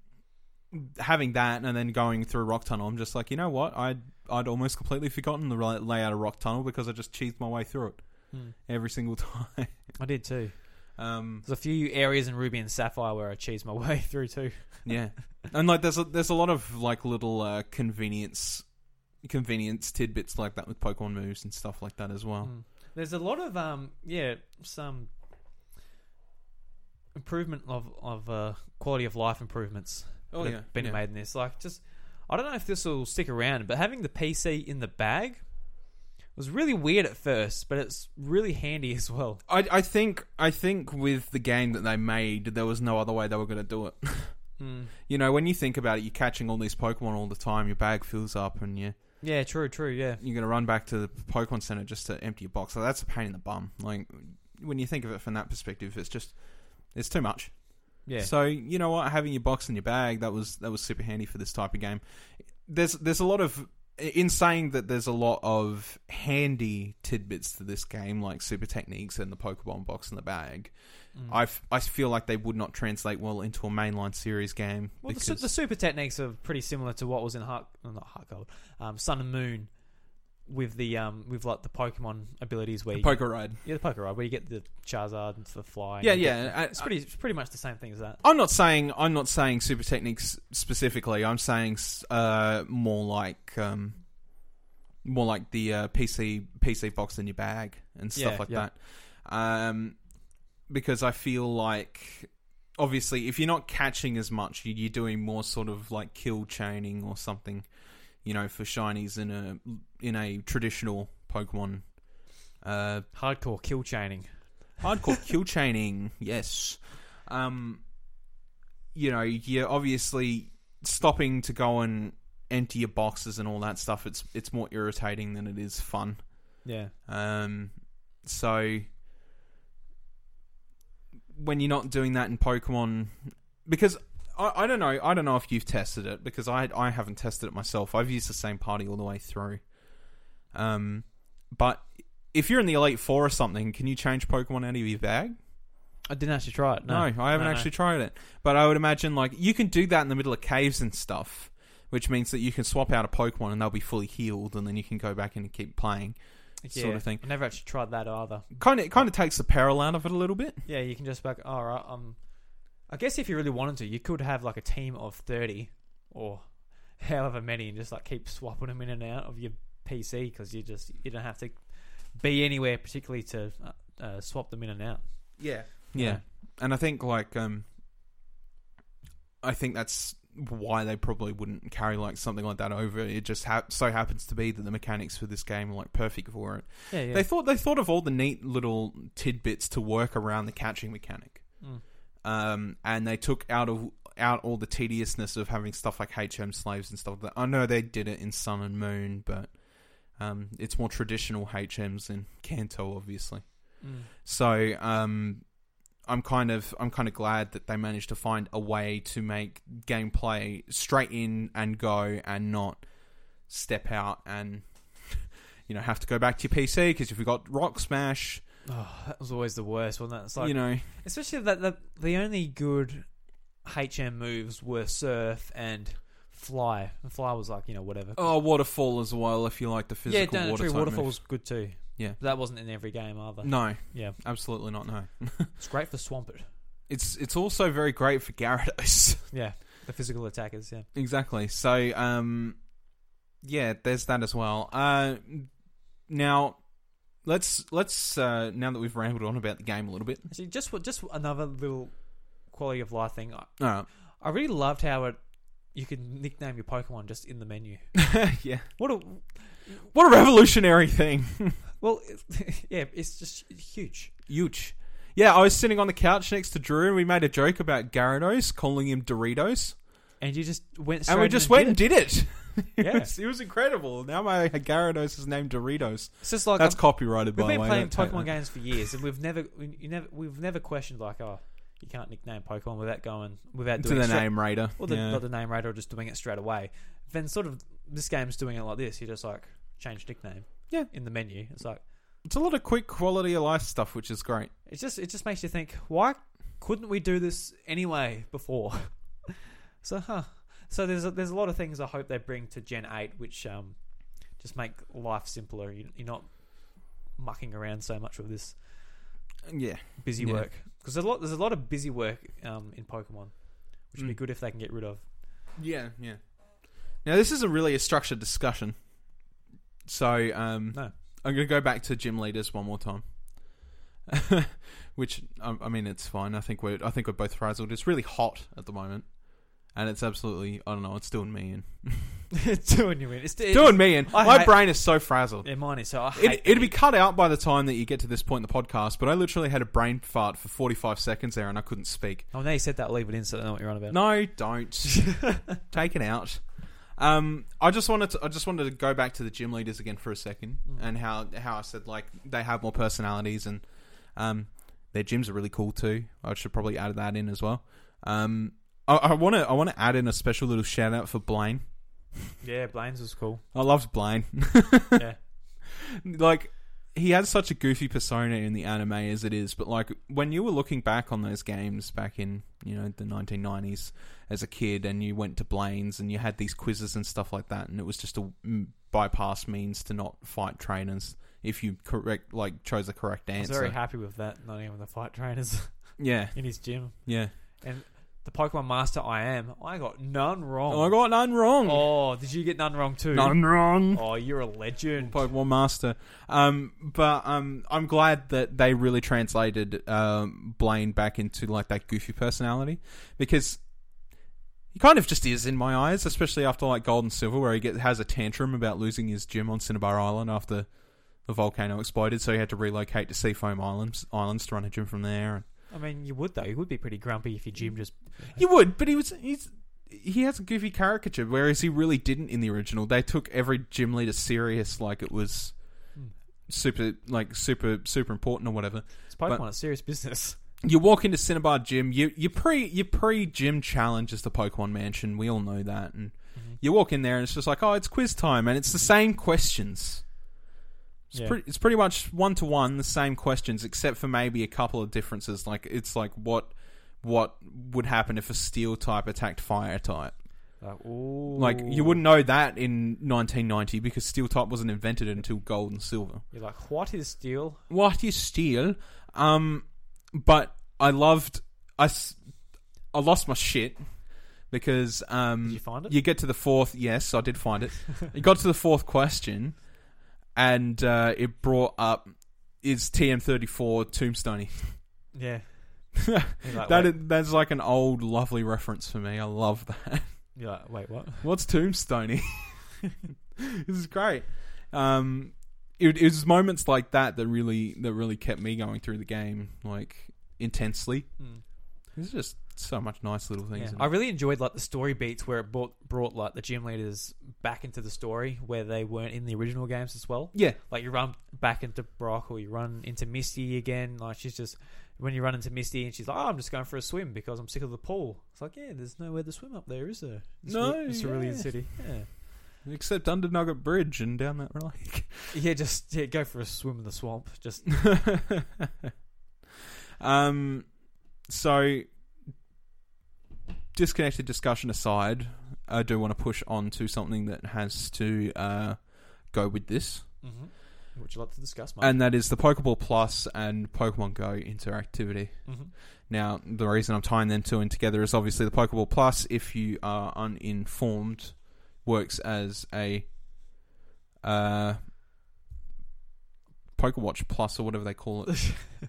having that, and then going through Rock Tunnel. I'm just like, you know what? I'd I'd almost completely forgotten the ri- layout of Rock Tunnel because I just cheesed my way through it Mm. every single (laughs) time. I did too. Um, There's a few areas in Ruby and Sapphire where I cheesed my (laughs) way through too. yeah, and like there's a, there's a lot of like little uh, convenience convenience tidbits like that with Pokemon moves and stuff like that as well. Mm. There's a lot of um yeah some improvement of of uh, quality of life improvements Oh, that have been made in this. Like just I don't know if this will stick around, but having the PC in the bag was really weird at first, but it's really handy (laughs) as well. I, I think I think with the game that they made, there was no other way they were going to do it. Mm. You know, when you think about it, you're catching all these Pokemon all the time. Your bag fills up, and you Yeah, true, true. Yeah, you're gonna run back to the Pokemon Center just to empty your box. So that's a pain in the bum. Like when you think of it from that perspective, it's just it's too much. yeah. So you know what, having your box in your bag that was that was super handy for this type of game. There's there's a lot of in saying that there's a lot of handy tidbits to this game, like super techniques and the Pokemon box in the bag. Mm. I f- I feel like they would not translate well into a mainline series game. Well, the, su- the super techniques are pretty similar to what was in Heart, well, not Heart Gold, um, Sun and Moon, with the um with like the Pokemon abilities where you, Poker Ride. yeah the Pokemon where you get the Charizard and the Fly. and uh, Yeah, you yeah. get- I- it's pretty it's pretty much the same thing as that. I'm not saying I'm not saying super techniques specifically. I'm saying s- uh, more like um, more like the uh, PC PC box in your bag and stuff Yeah, like yeah. that. Um, because I feel like obviously if you're not catching as much, you- you're doing more sort of like kill chaining or something, you know, for shinies in a in a traditional Pokemon uh, Hardcore kill chaining. hardcore kill chaining yes um you know you're obviously stopping to go and empty your boxes and all that stuff it's it's more irritating than it is fun Yeah. um so when you're not doing that in pokemon because I, I don't know i don't know if you've tested it because i i haven't tested it myself i've used the same party all the way through um but if you're in the elite four or something can you change pokemon out of your bag I didn't actually try it. no, No, I haven't no. actually tried it. But I would imagine like you can do that in the middle of caves and stuff, which means that you can swap out a Pokemon and they'll be fully healed, and then you can go back in and keep playing. yeah. sort of thing. I never actually tried that either. Kind of, kind of takes the peril out of it a little bit. Yeah, you can just back. All right, um, I guess if you really wanted to, you could have like a team of thirty or however many, and just like keep swapping them in and out of your PC because you just you don't have to be anywhere particularly to uh, uh, swap them in and out. Yeah, yeah. And I think like um, I think that's why they probably wouldn't carry like something like that over. It just ha- so happens to be that the mechanics for this game are like perfect for it. Yeah, yeah. They thought they thought of all the neat little tidbits to work around the catching mechanic. Mm. um, and they took out of out all the tediousness of having stuff like HM slaves and stuff. Like that. I know they did it in Sun and Moon, but um, it's more traditional HMs in Kanto, obviously. Mm. So um, I'm kind of I'm kind of glad that they managed to find a way to make gameplay straight in and go and not step out and (laughs) you know have to go back to your PC because if you got Rock Smash, Oh, that was always the worst, wasn't it? It's like, you know, especially that the, the only good HM moves were surf and fly. And fly was like you know whatever. oh waterfall as well if you like the yeah, physical down the water tree type move. waterfall's good too. Yeah. but that wasn't in every game either. No, Yeah, absolutely not. No, it's great for Swampert. it's it's also very great for Gyarados. (laughs) Yeah, the physical attackers. Yeah, exactly. So, um, yeah, there's that as well. Uh, now let's let's uh, now that we've rambled on about the game a little bit. actually, just what- just another little quality of life thing. I, Uh, I really loved how it you could nickname your Pokemon just in the menu. (laughs) yeah, What a what a revolutionary thing. well, (laughs) it- yeah, it's just huge. Huge. Yeah, I was sitting on the couch next to Drew, and we made a joke about Gyarados, calling him Doritos, And you just went straight and we in just did went it. and did it. (laughs) it, Yeah. was, it was incredible. Now my Gyarados is named Doritos. It's just like That's I'm- copyrighted, by we've the been way. playing Don't take Pokemon that. games for years, and we've never we, you never we've never questioned like oh you can't nickname Pokemon without going without to doing the it straight, name Raider. or the, yeah. not the name right or just doing it straight away. Then sort of this game's doing it like this. You just like change nickname. Yeah. in the menu, it's like. It's a lot of quick quality of life stuff, which is great. It just it just makes you think, why couldn't we do this anyway before? (laughs) so huh. So there's a, there's a lot of things I hope they bring to Gen Eight, which um, just make life simpler. You, you're not mucking around so much with this Yeah, busy Yeah. work because there's a lot there's a lot of busy work um, in Pokemon, which would be Mm. good if they can get rid of. (laughs) yeah, yeah. Now this isn't really a structured discussion, so um, No. I'm going to go back to gym leaders one more time. (laughs) which um, I, I mean, it's fine. I think we're I think we're both frazzled. It's really hot at the moment, and it's absolutely I don't know. It's doing me in. it's doing you in. It's it's- doing me in. I My hate- brain is so frazzled. Yeah, mine is. So I It, hate it'd be cut out by the time that you get to this point in the podcast, but I literally had a brain fart for 45 seconds there and I couldn't speak. Oh, now you said that. Leave it in, so I know what you're on about. No, don't. (laughs) Take it out. Um, I just wanted to, I just wanted to go back to the gym leaders again for a second Mm. and how how I said like they have more personalities and um, their gyms are really cool too. I should probably add that in as well. Um, I want to I want to add in a special little shout out for Blaine. Yeah, Blaine's was cool. (laughs) I loved Blaine. yeah, like he has such a goofy persona in the anime as it is, but like when you were looking back on those games back in you know the 1990s as a kid, and you went to Blaine's and you had these quizzes and stuff like that, and it was just a mm, bypass means to not fight trainers if you correct like chose the correct I was answer. very happy with that. Not even the fight trainers (laughs) yeah, in his gym yeah. and the Pokemon Master. I am. I got none wrong. Oh, I got none wrong. Oh, did you get none wrong too? none wrong. Oh, you're a legend. Pokemon Master. Um, but um, I'm glad that they really translated um, Blaine back into like that goofy personality because he kind of just is in my eyes, especially after like Gold and Silver, where he get, has a tantrum about losing his gym on Cinnabar Island after the volcano exploded, so he had to relocate to Seafoam Islands, islands to run a gym from there. And I mean, you would though. You would be pretty grumpy if your gym just. you would, but he was he's he has a goofy caricature, whereas he really didn't in the original. They took every gym leader serious, like it was Hmm. super, like super, super important or whatever. It's But- Pokemon. it's serious (laughs) business. You walk into Cinnabar Gym, you you pre your pre gym challenge is the Pokemon Mansion. We all know that, and Mhm. you walk in there and it's just like, oh, it's quiz time, and it's the same questions. It's, Yeah. pretty, it's pretty much one to one the same questions, except for maybe a couple of differences. Like it's like what what would happen if a steel type attacked fire type. Like, ooh. Like you wouldn't know that in 1990 because steel type wasn't invented until gold and silver. You're like, what is steel? What is steel? Um, but I loved. I s- I lost my shit because um Did you find it? you get to the fourth. Yes, I did find it. you got to the fourth question, and uh, it brought up is TM34 Tombstoney. Yeah. (laughs) You're like, That wait, is, that's like an old lovely reference for me. I love that. you're like, wait, what? What's Tombstoney? (laughs) this is great. Um, it, it was moments like that that really that really kept me going through the game like intensely. Hmm. There's just so much nice little Yeah. things. in I it. really enjoyed like the story beats where it brought brought like the gym leaders back into the story where they weren't in the original games as well. yeah, Like you run back into Brock or you run into Misty again. Like she's just when you run into Misty and she's like, "Oh, I'm just going for a swim because I'm sick of the pool." It's like, yeah, there's nowhere to swim up there, is there? It's No, Cer- it's Cerulean yeah. City. Yeah, except under Nugget Bridge and down that lake. yeah, just yeah, go for a swim in the swamp. Just (laughs) um, so disconnected discussion aside, I do want to push on to something that has to uh, go with this. Mhm. would you like to discuss, Mike? and that is the Pokeball Plus and Pokemon Go interactivity. Mhm. Now, the reason I'm tying them two in together is obviously the Pokeball Plus, if you are uninformed, works as a uh, Pokewatch Plus or whatever they call it. Mm-hmm.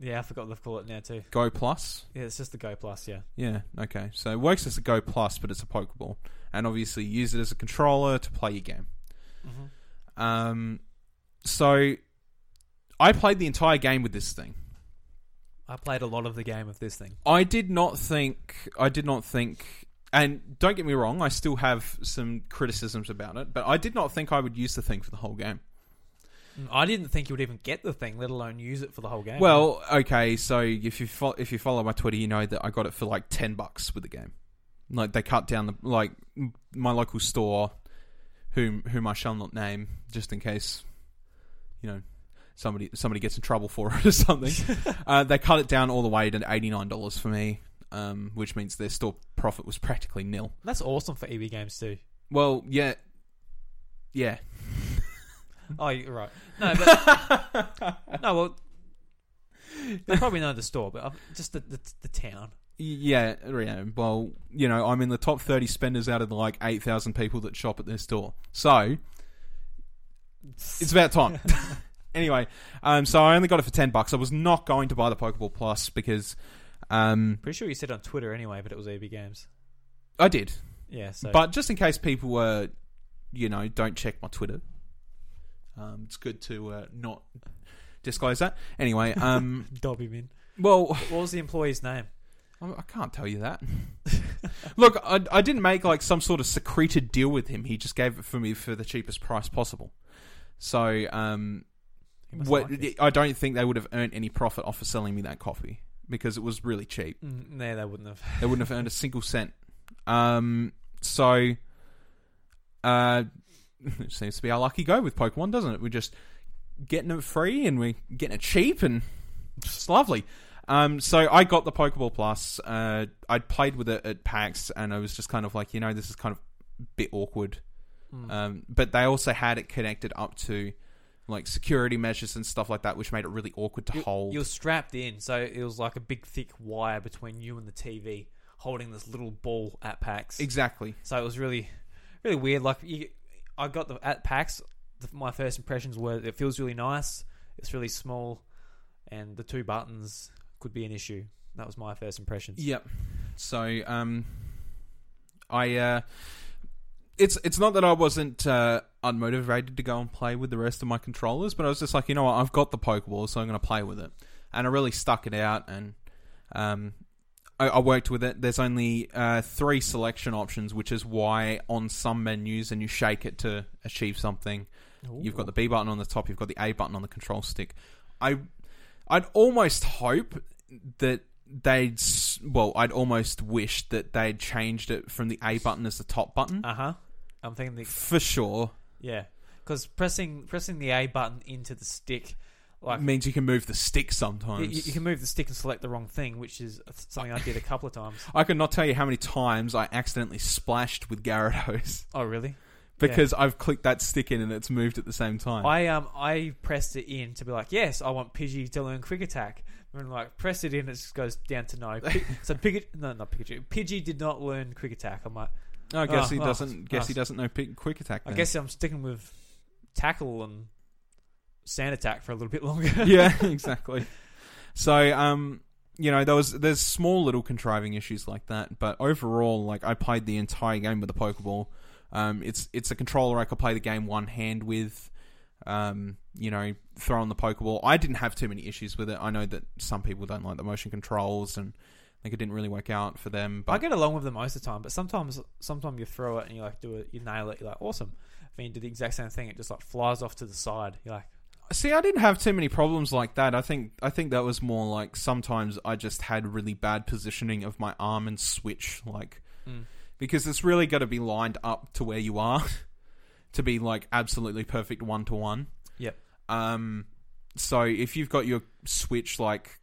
(laughs) yeah, I forgot they've called it now too. Go Plus? Yeah, it's just the Go Plus. Yeah, Yeah, okay. So it works as a Go Plus, but it's a Pokeball. And obviously, you use it as a controller to play your game. hmm Um, so I played the entire game with this thing. I played a lot of the game of this thing. I did not think. I did not think. And don't get me wrong, I still have some criticisms about it, but I did not think I would use the thing for the whole game. Mm, I didn't think you would even get the thing, let alone use it for the whole game. Well, okay, so if you fo- if you follow my Twitter, you know that I got it for like ten bucks with the game. Like they cut down the like m- my local store, whom whom I shall not name, just in case, you know, somebody somebody gets in trouble for (laughs) it or something. uh, they cut it down all the way to eighty nine dollars for me, um, which means their store profit was practically nil. that's awesome for EB games (laughs) too. Well, yeah, yeah. Oh, you're right. No, but (laughs) no. Well, they probably know the store, but I've- just the, the the town. yeah, yeah. Well, you know, I'm in the top 30 spenders out of the like 8,000 people that shop at their store. So it's about time. (laughs) anyway, um, so I only got it for 10 bucks. I was not going to buy the Pokeball Plus because um, Pretty sure you said on Twitter anyway, but it was EB games. I did. Yeah. So, But just in case people were, you know, don't check my Twitter. Um, it's good to uh, not disclose that. Anyway, (laughs) um, dob him in. well, What was the employee's name? I I can't tell you that. (laughs) Look, I, I didn't make like some sort of secreted deal with him. He just gave it for me for the cheapest price possible. So, um, He must what, like this. I don't think they would have earned any profit off of selling me that coffee because it was really cheap. Mm, no, they wouldn't have. They wouldn't have earned a single cent. Um, so, (laughs) uh, it seems to be our lucky go with Pokemon, doesn't it? We just getting it free and we're getting it cheap and it's lovely. Um, so I got the Pokeball Plus. Uh, I'd played with it at PAX and I was just kind of like, you know, this is kind of a bit awkward. Mm. Um, but they also had it connected up to like security measures and stuff like that, which made it really awkward to You- hold. You're strapped in, so it was like a big thick wire between you and the TV, holding this little ball at PAX. exactly. So it was really, really weird. Like you, I got the at PAX. The, my first impressions were it feels really nice. It's really small, and the two buttons could be an issue. That was my first impression. Yep. So um, I uh, it's it's not that I wasn't uh, unmotivated to go and play with the rest of my controllers, but I was just like, you know what, I've got the Pokeball, so I'm going to play with it, and I really stuck it out, and um, I, I worked with it. There's only uh, three selection options, which is why on some menus, and you shake it to achieve something. You've got the B button on the top. You've got the A button on the control stick. I, I'd almost hope that they'd. s- Well, I'd almost wish that they'd changed it from the A button as the top button Uh huh. I'm thinking the for sure. yeah, because pressing pressing the A button into the stick, like means you can move the stick you, sometimes. you you can move the stick and select the wrong thing, which is something I did a couple of times. I could not tell you how many times I accidentally splashed with Gyarados (laughs) Oh really? because I've clicked that stick in and it's moved at the same time. I um I pressed it in to be like, yes, I want Pidgey to learn Quick Attack, and like press it in, it just goes down to no. Pi- so Pikachu, no, not Pikachu. Pidgey did not learn Quick Attack. I'm like, I guess Oh, he well, doesn't. Guess he nice. doesn't know pick, quick attack. I then. guess I'm sticking with tackle and sand attack for a little bit longer. (laughs) (laughs) yeah, exactly. So, um, you know, there was there's small little contriving issues like that, but overall, like I played the entire game with the Pokeball. Um, it's it's a controller I could play the game one hand with. Um, you know, throwing the Pokeball. I didn't have too many issues with it. I know that some people don't like the motion controls, and I think it didn't really work out for them. But I get along with them most of the time, but sometimes, sometimes you throw it and you like do it, you nail it, you're like awesome. Then you do the exact same thing, it just like flies off to the side. You're like, See, I didn't have too many problems like that. I think I think that was more like sometimes I just had really bad positioning of my arm and switch, like Mm. because it's really got to be lined up to where you are (laughs) to be like absolutely perfect one to one. Yep. Um. So if you've got your switch like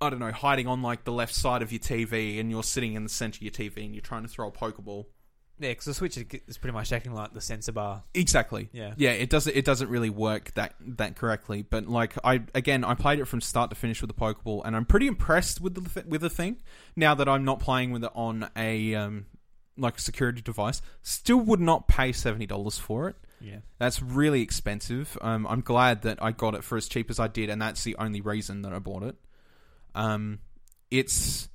I don't know hiding on like the left side of your TV and you're sitting in the center of your TV and you're trying to throw a pokeball, yeah, because the switch is pretty much acting like the sensor bar. exactly. Yeah, yeah it doesn't it doesn't really work that that correctly but like i again i played it from start to finish with the pokeball and i'm pretty impressed with the th- with the thing now that i'm not playing with it on a um like a security device still would not pay $70 for it yeah. that's really expensive um i'm glad that i got it for as cheap as i did and that's the only reason that i bought it um it's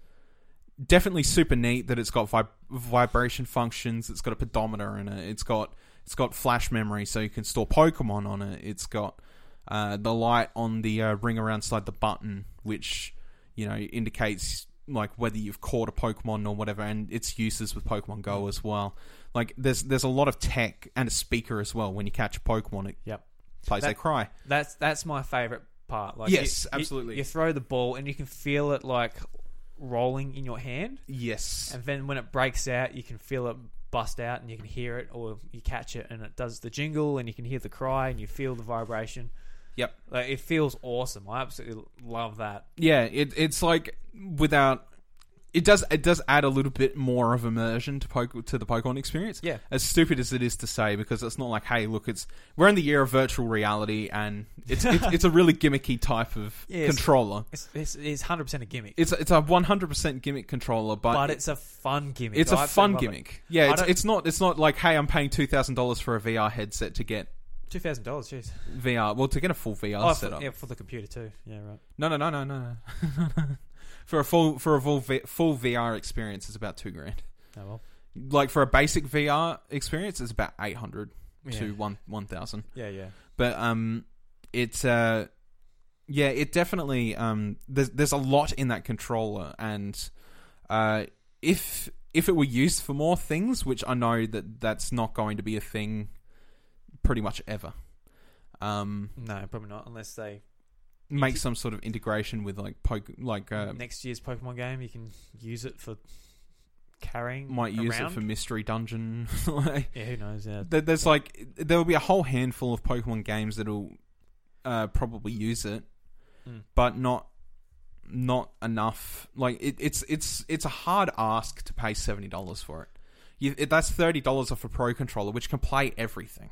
definitely super neat that it's got vib- vibration functions it's got a pedometer in it it's got it's got flash memory, so you can store Pokemon on it. It's got uh, the light on the uh, ring around side the button, which you know indicates like whether you've caught a Pokemon or whatever, and its uses with Pokemon Go as well. Like there's there's a lot of tech and a speaker as well. When you catch a Pokemon, it Yep. plays That- their cry. That's that's my favorite part. Like Yes, you- absolutely. You, you throw the ball and you can feel it like rolling in your hand, Yes, and then when it breaks out, you can feel it bust out, and you can hear it, or you catch it and it does the jingle, and you can hear the cry, and you feel the vibration. Yep. like, it feels awesome. I absolutely love that. yeah. It it's like without. It does. It does add a little bit more of immersion to poke, to the Pokemon experience. Yeah, as stupid as it is to say, because it's not like, hey, look, it's we're in the year of virtual reality, and it's (laughs) it's, it's a really gimmicky type of Yes. controller. it's it's it's hundred percent a gimmick, It's it's a one hundred percent gimmick controller, but, but it's a fun gimmick. it's I a absolutely fun love it. gimmick. Yeah, it's, don't- it's not it's not like, hey, I'm paying two thousand dollars for a VR headset to get Two thousand dollars, jeez. VR, well, to get a full VR Oh, for, setup. yeah, for the computer too. Yeah, right. No, no, no, no, no, (laughs) no. for a full for a full v, full VR experience, it's about two grand. Oh well. Like for a basic VR experience, it's about eight hundred Yeah. to one one thousand. Yeah, yeah. but um it's uh yeah it definitely um there's there's a lot in that controller and uh if if it were used for more things which i know that that's not going to be a thing pretty much ever um No, probably not unless they make some sort of integration with like poke like uh next year's Pokemon game, you can use it for carrying. might use around. it for mystery dungeon (laughs) like Yeah, who knows? Yeah, there- there's like there will be a whole handful of pokemon games that'll uh, probably use it, Mm. but not not enough. Like it, it's it's it's a hard ask to pay seventy dollars for it. You, it that's thirty dollars off a pro controller, which can play everything.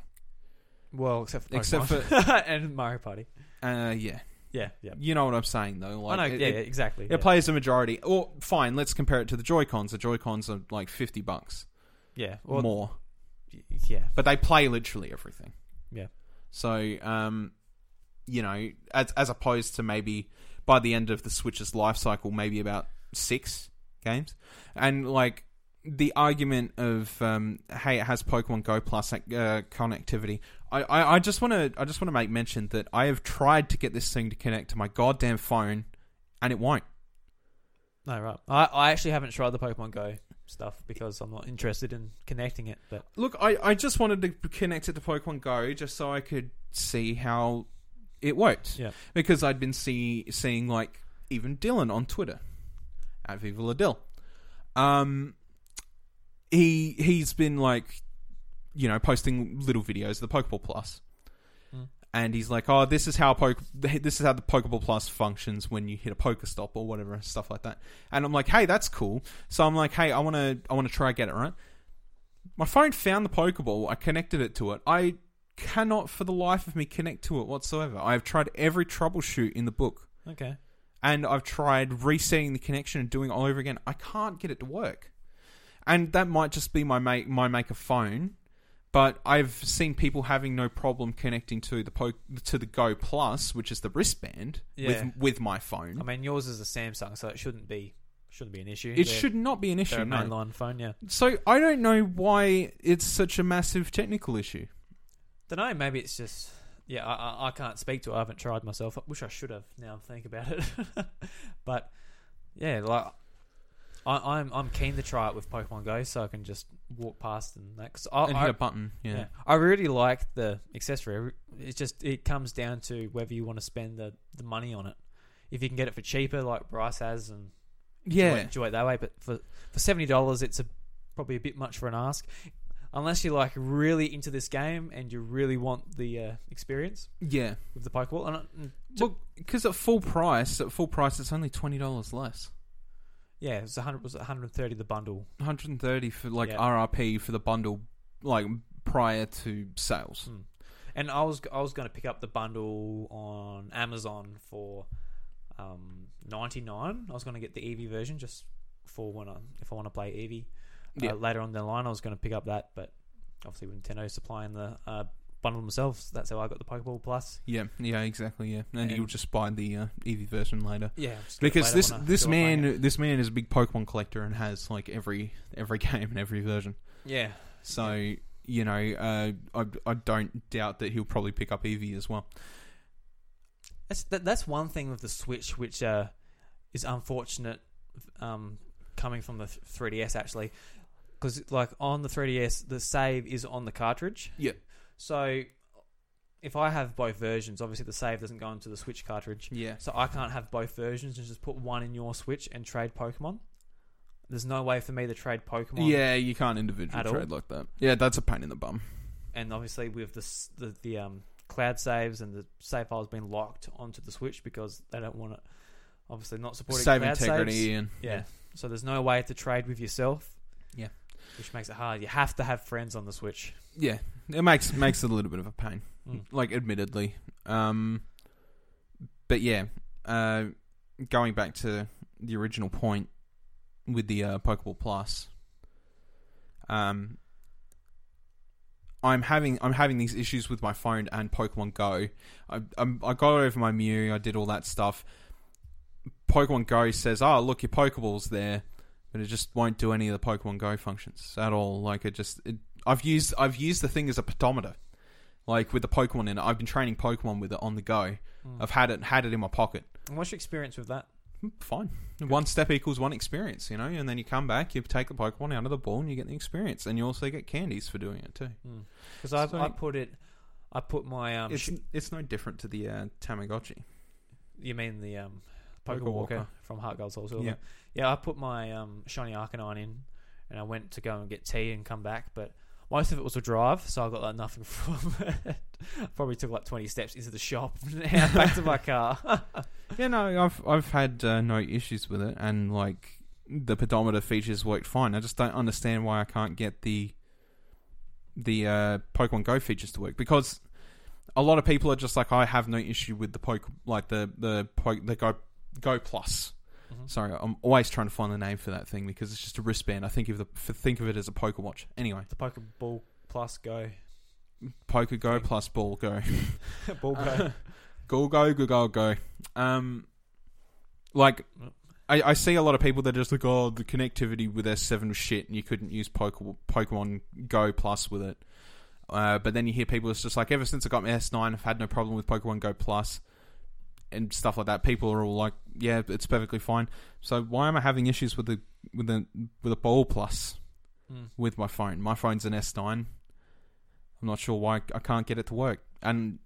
Well, except for Except Pokemon. (laughs) and Mario Party. Uh, yeah, Yeah, yeah. you know what I'm saying though. Like, I know. it- yeah, it- yeah, exactly. It plays the majority. Or fine, let's compare it to the Joy Cons. The Joy Cons are like fifty bucks yeah. yeah. Well, more, y- Yeah. but they play literally everything. Yeah. So, um, you know, as as opposed to maybe by the end of the Switch's life cycle, maybe about six games, and like the argument of um, hey, it has Pokemon Go Plus uh, connectivity. I, I, I just want to I just want to make mention that I have tried to get this thing to connect to my goddamn phone, and it won't. No, right. I, I actually haven't tried the Pokemon Go stuff because I'm not interested in connecting it. But Look, I, I just wanted to connect it to Pokemon Go just so I could see how it worked. Yeah. Because I'd been see, seeing, like, even Dylan on Twitter at Viva La Dill. Um, he, he's been, like, you know, posting little videos of the Pokeball Plus. Mm. And he's like, oh, this is how poke, this is how the Pokeball Plus functions when you hit a Pokestop or whatever stuff like that. And I'm like, hey, that's cool. So I'm like, hey, I want to, I want to try and get it right. My phone found the Pokeball. I connected it to it. I cannot, for the life of me, connect to it whatsoever. I have tried every troubleshoot in the book, okay. and I've tried resetting the connection and doing it all over again. I can't get it to work, and that might just be my make my maker phone. But I've seen people having no problem connecting to the po- to the Go Plus, which is the wristband Yeah. with with my phone. I mean, yours is a Samsung, so it shouldn't be shouldn't be an issue. it They're- should not be an they're issue. a No. mainline phone. Yeah. So I don't know why it's such a massive technical issue. Don't know. Maybe it's just. Yeah, I, I, I can't speak to it. I haven't tried myself. I wish I should have. Now I'm thinking about it. (laughs) but yeah, like I, I'm I'm keen to try it with Pokemon Go, so I can just walk past and that. 'cause I, and I- hit a button. Yeah. Yeah. I really like the accessory. It's just it comes down to whether you want to spend the, the money on it. If you can get it for cheaper, like Bryce has, and enjoy, Yeah. enjoy it that way. But for for seventy dollars, it's a probably a bit much for an ask, unless you're like really into this game and you really want the uh, experience Yeah. with the Pokeball. And, uh, and to- Well, because at full price, at full price, it's only twenty dollars less. yeah, it was hundred was one hundred and thirty the bundle. One hundred and thirty for like Yeah. RRP for the bundle, like prior to sales. Mm. And I was I was going to pick up the bundle on Amazon for um, ninety nine. I was going to get the EV version just for when I if I want to play EV Yeah. uh, later on the line. I was going to pick up that, but obviously with Nintendo supplying the uh, bundle themselves, that's how I got the Pokeball Plus. Yeah. Yeah. Exactly. Yeah. And Yeah. you'll just buy the uh, EV version later. Yeah, I'll just get it Because later this when I this feel like playing uh, it. man this man is a big Pokemon collector and has like every every (laughs) game and every version. yeah, So you know, uh, I I don't doubt that he'll probably pick up Eevee as well. that's that, that's one thing with the Switch which uh, is unfortunate um, coming from the 3DS actually, because like on the 3DS the save is on the cartridge. Yeah. So if I have both versions, obviously the save doesn't go into the Switch cartridge. Yeah. So I can't have both versions and just put one in your Switch and trade Pokemon. There's no way for me to trade Pokemon. Yeah, you can't individual At all. trade like that. Yeah, that's a pain in the bum. And obviously with the s- the, the um, cloud saves and the save files being locked onto the Switch because they don't want to obviously not supporting Save cloud integrity saves. and Yeah. So there's no way to trade with yourself. Yeah. Which makes it hard. You have to have friends on the Switch. Yeah, it makes makes it a little bit of a pain, Mm. like admittedly. Um, but yeah, uh, going back to the original point with the uh, Pokeball Plus, um, I'm having I'm having these issues with my phone and Pokemon Go. I I'm, I got over my Mew, I did all that stuff. Pokemon Go says, "Oh, look, your Pokeball's there," but it just won't do any of the Pokemon Go functions at all. Like it just it I've used I've used the thing as a pedometer, like with the Pokemon in it. I've been training Pokemon with it on the go. Mm. I've had it had it in my pocket. And what's your experience with that? Mm, Fine. One step equals one experience, you know. And then you come back, you take the Pokemon out of the ball, and you get the experience. And you also get candies for doing it too. Because I, So- I put it, I put my um. it's sh- it's no different to the uh, Tamagotchi. you mean the um, Poker Poker Walker, Walker. from Heart Gold Soul Silver? Yeah. yeah. I put my um shiny Arcanine in, and I went to go and get tea and come back, but most of it was a drive, so I got like nothing (laughs) from it. Probably took like 20 steps into the shop and back (laughs) to my car. Yeah, no, I've I've had uh, no issues with it, and like the pedometer features worked fine. I just don't understand why I can't get the the uh, Pokemon Go features to work because a lot of people are just like, I have no issue with the poke like the the po- the Go Go Plus. Mhm. Sorry, I'm always trying to find the name for that thing because it's just a wristband. I think of the f- think of it as a Poker Watch. Anyway, the Pokeball Plus (laughs) Go. Poker Go Plus Ball Go. Ball (laughs) Go. Go go go go go. Um, like I, I see a lot of people that are just like, oh, the connectivity with S seven was shit, and you couldn't use Poke- Pokemon Go Plus with it. Uh, but then you hear people it's just like, ever since I got my S nine, I've had no problem with Pokemon Go Plus and stuff like that. People are all like, yeah, it's perfectly fine. So why am I having issues with the with the with a Ball Plus Mm. with my phone? My phone's an S nine. I'm not sure why I can't get it to work. And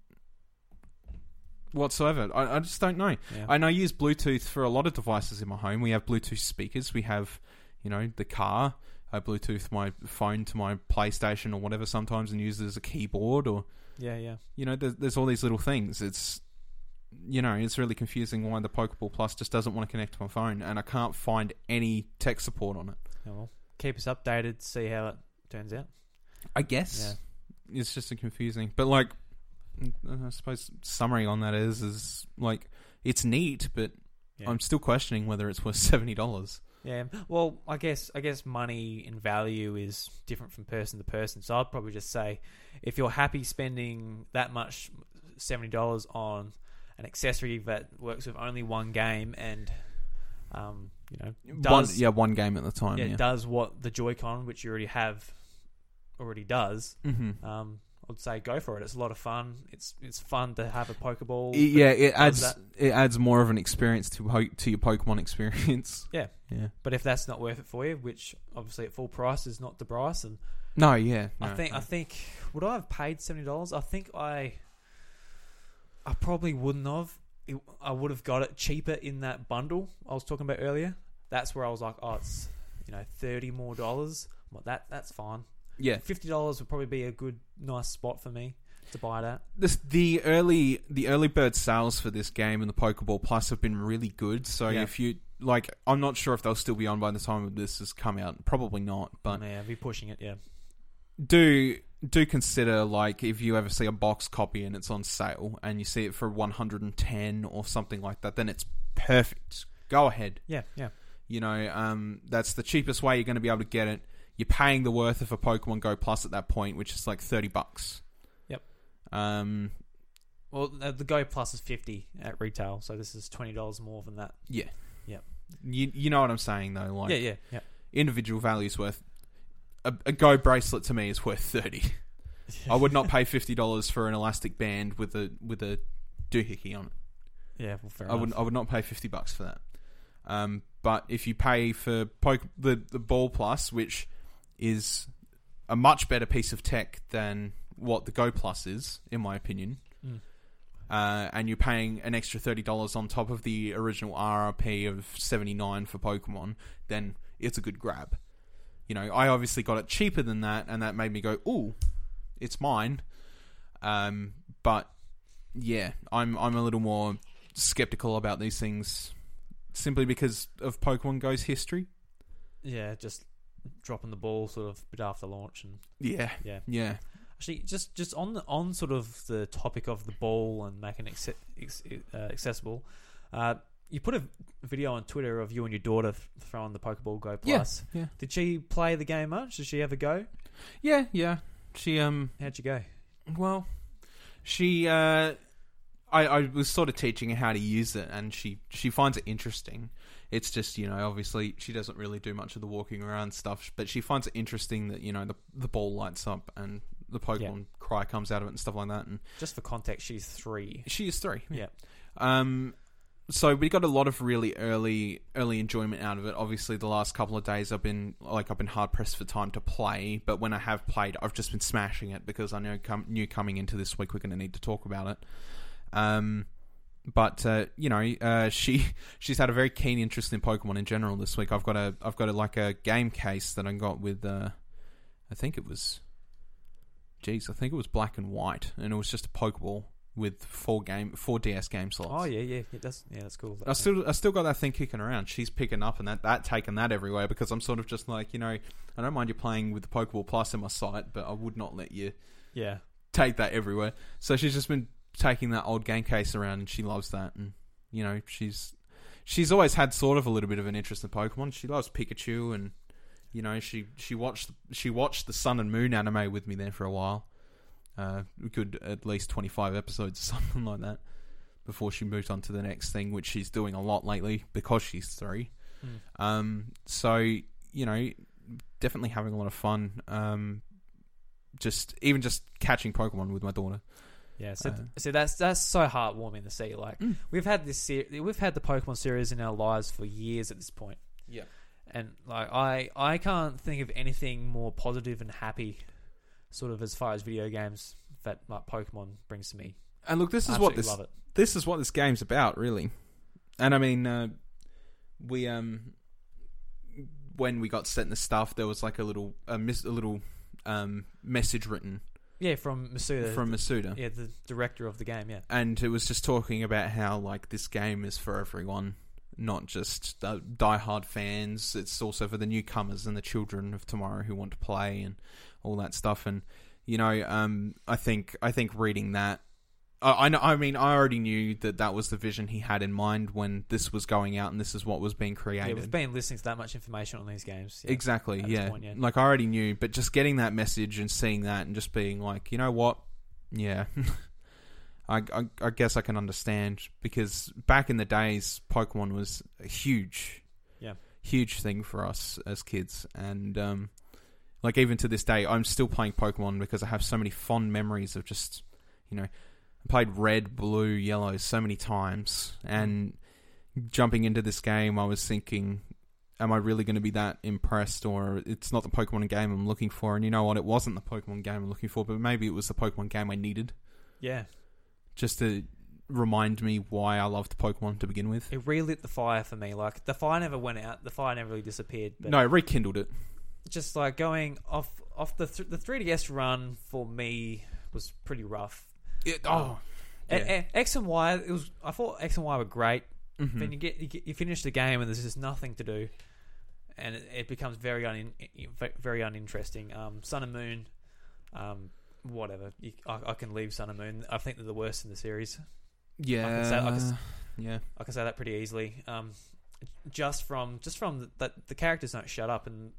whatsoever. I, I just don't know. Yeah. And I use Bluetooth for a lot of devices in my home. We have Bluetooth speakers. We have, you know, the car. I Bluetooth my phone to my PlayStation or whatever sometimes and use it as a keyboard or, yeah, yeah. you know, there's, there's all these little things. It's, you know, it's really confusing why the Pokeball Plus just doesn't want to connect to my phone and I can't find any tech support on it. Yeah, well, keep us updated, see how it turns out. I guess it's just a confusing, but like, I suppose summary on that is is like it's neat, but Yeah. I'm still questioning whether it's worth seventy dollars. Yeah. Well, I guess I guess money and value is different from person to person. So I'd probably just say if you're happy spending that much seventy dollars on an accessory that works with only one game and um, you know One, does yeah, one game at the time. yeah, Yeah, does what the Joy-Con, which you already have, already does. mm-hmm. Um, I'd say go for it. It's a lot of fun. It's it's fun to have a Pokeball. it, yeah, it does adds it adds more of an experience to po- to your Pokemon experience. Yeah. yeah. But if that's not worth it for you, which obviously at full price is not the price, and No, yeah. I no, think no. I think would I have paid seventy dollars? I think I I probably wouldn't have. It, I would have got it cheaper in that bundle I was talking about earlier. That's where I was like, oh, it's you know thirty more dollars. I'm like, that that's fine. yeah. Fifty dollars would probably be a good nice spot for me to buy that. This, the early the early bird sales for this game and the Pokeball Plus have been really good. So Yeah. if you like, I'm not sure if they'll still be on by the time this has come out. Probably not, but yeah, I'd be pushing it. Yeah, do do consider like if you ever see a box copy and it's on sale and you see it for 110 or something like that then it's perfect go ahead yeah, yeah, you know um, that's the cheapest way you're going to be able to get it you're paying the worth of a pokemon go plus at that point which is like 30 bucks Yep. um Well, the the Go Plus is fifty at retail, so this is twenty dollars more than that. yeah Yep. you, you know what i'm saying though like yeah, yeah, yeah. individual value's worth a, a go bracelet to me is worth 30 i would not pay $50 for an elastic band with a with a doohickey on it (laughs) Yeah, well, fair I would enough. I would not pay fifty bucks for that. Um, but if you pay for poke, the the ball plus, which is a much better piece of tech than what the Go Plus is, in my opinion, Mm. uh, and you're paying an extra thirty dollars on top of the original RRP of seventy nine for Pokemon, then it's a good grab. You know, I obviously got it cheaper than that, and that made me go, "Ooh, it's mine." Um, but yeah, I'm I'm a little more skeptical about these things simply because of Pokemon Go's history. Yeah, just dropping the ball sort of bit after launch and Yeah. Yeah. Yeah. Actually, just just on the, on sort of the topic of the ball and making it acce- ex- uh, accessible, uh, you put a video on Twitter of you and your daughter f- throwing the Pokeball Go Yeah, Plus. yeah. Did she play the game much? Did she have a go? Yeah, yeah. She um How'd you go? well she uh I, I was sort of teaching her how to use it and she she finds it interesting. It's just, you know, obviously she doesn't really do much of the walking around stuff, but she finds it interesting that, you know, the the ball lights up and the Pokemon cry comes out of it and stuff like that and Just for context, she's three. she is three. Yeah. Um, so we got a lot of really early early enjoyment out of it. Obviously, the last couple of days I've been like I've been hard pressed for time to play, but when I have played, I've just been smashing it because I know com- knew coming into this week we're going to need to talk about it. Um, but uh, you know, uh, she (laughs) she's had a very keen interest in Pokemon in general this week. I've got a I've got a, like a game case that I got with uh, I think it was geez, I think it was black and white, and it was just a Pokeball with four game, four DS game slots. Oh yeah, yeah, yeah. That's yeah, that's cool. I still, I still got that thing kicking around. She's picking up and that, that taking that everywhere because I'm sort of just like, you know, I don't mind you playing with the Pokeball Plus in my sight, but I would not let you yeah. take that everywhere. So she's just been taking that old game case around, and she loves that. And you know, she's she's always had sort of a little bit of an interest in Pokemon. She loves Pikachu, and you know, she she watched she watched the Sun and Moon anime with me there for a while. Uh, we could at least twenty five episodes, (laughs) something like that, before she moved on to the next thing, which she's doing a lot lately because she's three. Mm. Um, so you know, definitely having a lot of fun. Um, just even just catching Pokemon with my daughter. Yeah, so Uh, Mm. so that's that's so heartwarming to see. Like we've had this ser- we've had the Pokemon series in our lives for years at this point, Yeah. and like I I can't think of anything more positive and happy, sort of as far as video games that like Pokemon brings to me. And look, this is Absolutely what this love it. this is what this game's about, really. And I mean, uh, we um, when we got sent the stuff, there was like a little a, mis- a little um message written Yeah, from Masuda, from Masuda, yeah, the director of the game. Yeah, and it was just talking about how like this game is for everyone, not just the diehard fans. It's also for the newcomers and the children of tomorrow who want to play and all that stuff. And you know, um, I think I think reading that, I, I know. I mean, I already knew that that was the vision he had in mind when this was going out and this is what was being yeah, created. we've been listening to that much information on these games. Yeah. Exactly. at this Yeah. point, yeah. Like I already knew, but just getting that message and seeing that and just being like, you know what? Yeah. (laughs) I, I I guess I can understand because back in the days, Pokemon was a huge, Yeah. huge thing for us as kids, and um, like even to this day, I'm still playing Pokemon because I have so many fond memories of just, you know, I played Red, Blue, Yellow so many times, and jumping into this game, I was thinking, am I really going to be that impressed or it's not the Pokemon game I'm looking for? And you know what? It wasn't the Pokemon game I'm looking for, but maybe it was the Pokemon game I needed yeah, just to remind me why I loved Pokemon to begin with. it relit the fire for me. Like the fire never went out, the fire never really disappeared. But No, it rekindled it. just like going off off the th- the 3ds run for me was pretty rough. It- oh. A- Yeah. a- X and Y, it was. I thought X and Y were great. Mhm. Then you get, you get you finish the game and there's just nothing to do, and it, it becomes very un very uninteresting. Um, Sun and Moon, um, whatever. You, I, I can leave Sun and Moon. I think they're the worst in the series. yeah. can say- I can s- yeah. I can say that pretty easily. Um, just from just from the, that the characters don't shut up, and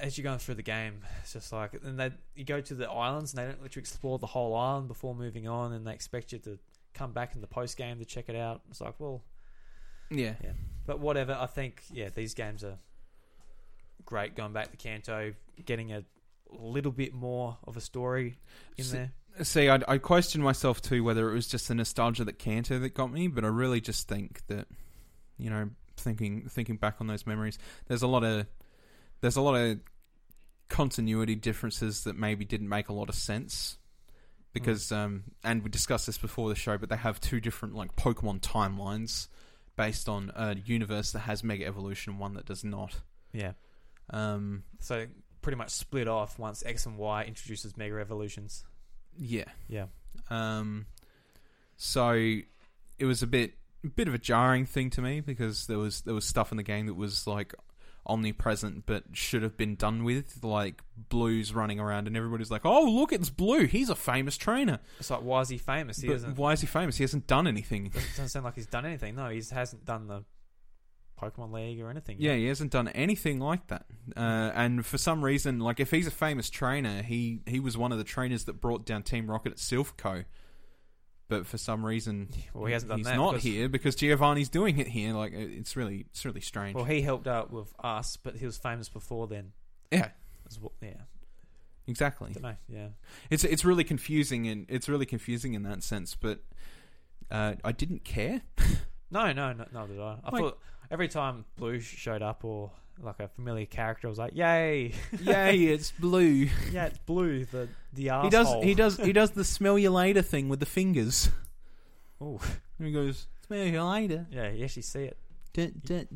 as you're going through the game, it's just like and they you go to the islands and they don't let you explore the whole island before moving on, and they expect you to come back in the post game to check it out. It's like well, Yeah. but whatever. I think yeah, these games are great. Going back to Kanto, getting a little bit more of a story in So- there. See, I, I questioned myself too whether it was just the nostalgia that Kanto that got me, but I really just think that, you know, thinking thinking back on those memories, there's a lot of there's a lot of continuity differences that maybe didn't make a lot of sense because, Mm. um, and we discussed this before the show, but they have two different like Pokemon timelines based on a universe that has Mega Evolution, one that does not. Yeah, Um, so pretty much split off once X and Y introduces Mega Evolutions. Yeah. Yeah. Um so it was a bit bit of a jarring thing to me because there was there was stuff in the game that was like omnipresent but should have been done with like blues running around and everybody's like oh look it's blue he's a famous trainer It's like, why is he famous? He but doesn't, why is he famous he hasn't done anything doesn't sound like he's done anything. No, he hasn't done the Pokemon League or anything. Yeah, yet. he hasn't done anything like that. Uh, and for some reason, like if he's a famous trainer, he he was one of the trainers that brought down Team Rocket at Silphco. But for some reason, (laughs) Well, he hasn't done he's that not because- here because Giovanni's doing it here. Like it- it's really it's really strange. Well, he helped out with us, but he was famous before then. yeah, As well. Yeah. exactly. Don't know. Yeah. It's it's really confusing and it's really confusing in that sense. But uh, I (laughs) didn't care. No, no, no, neither did I. I Like- thought every time Blue sh- showed up or like a familiar character, I was like, yay, (laughs) Yay, it's blue. yeah, it's Blue, the the asshole. He does he does he does the smell you later thing with the fingers. Ooh. (laughs) And he goes smell you later. Yeah, you actually see (laughs) it. (laughs) there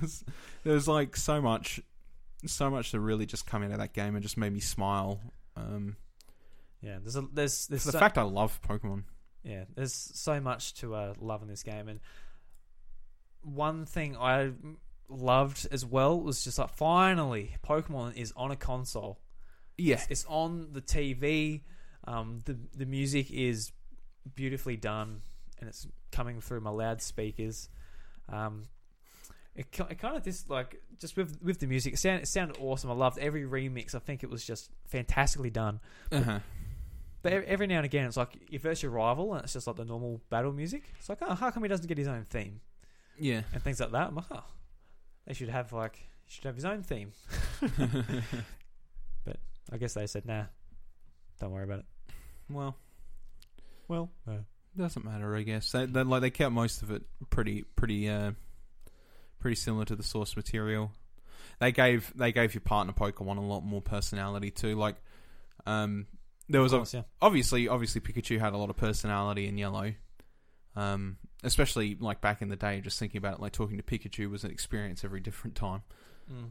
was there was like so much so much that really just come out of that game and just made me smile. Um, Yeah, there's a, there's there's it's the so- fact I love Pokemon. yeah, there's so much to uh, love in this game, and one thing I loved as well was just like finally Pokemon is on a console. Yeah, It's, it's on the TV. Um, the the music is beautifully done, and it's coming through my loudspeakers. Um, it, ki- it kind of just like just with with the music, it, sound, it sounded awesome. I loved every remix. I think it was just fantastically done. uh-huh. But ev- every now and again, it's like you verse your rival, and it's just like the normal battle music. It's like, oh, how come he doesn't get his own theme yeah. and things like that? I'm like, oh, they should have like he should have his own theme. (laughs) I guess they said, nah, don't worry about it. Uh, well, Well, doesn't matter, I guess. They, they, like they kept most of it pretty, pretty, uh, pretty similar to the source material. They gave they gave your partner Pokemon a lot more personality too. Like, um, there was a, yeah. obviously obviously Pikachu had a lot of personality in Yellow. Um, especially like back in the day, just thinking about it, like talking to Pikachu was an experience every different time. Mm.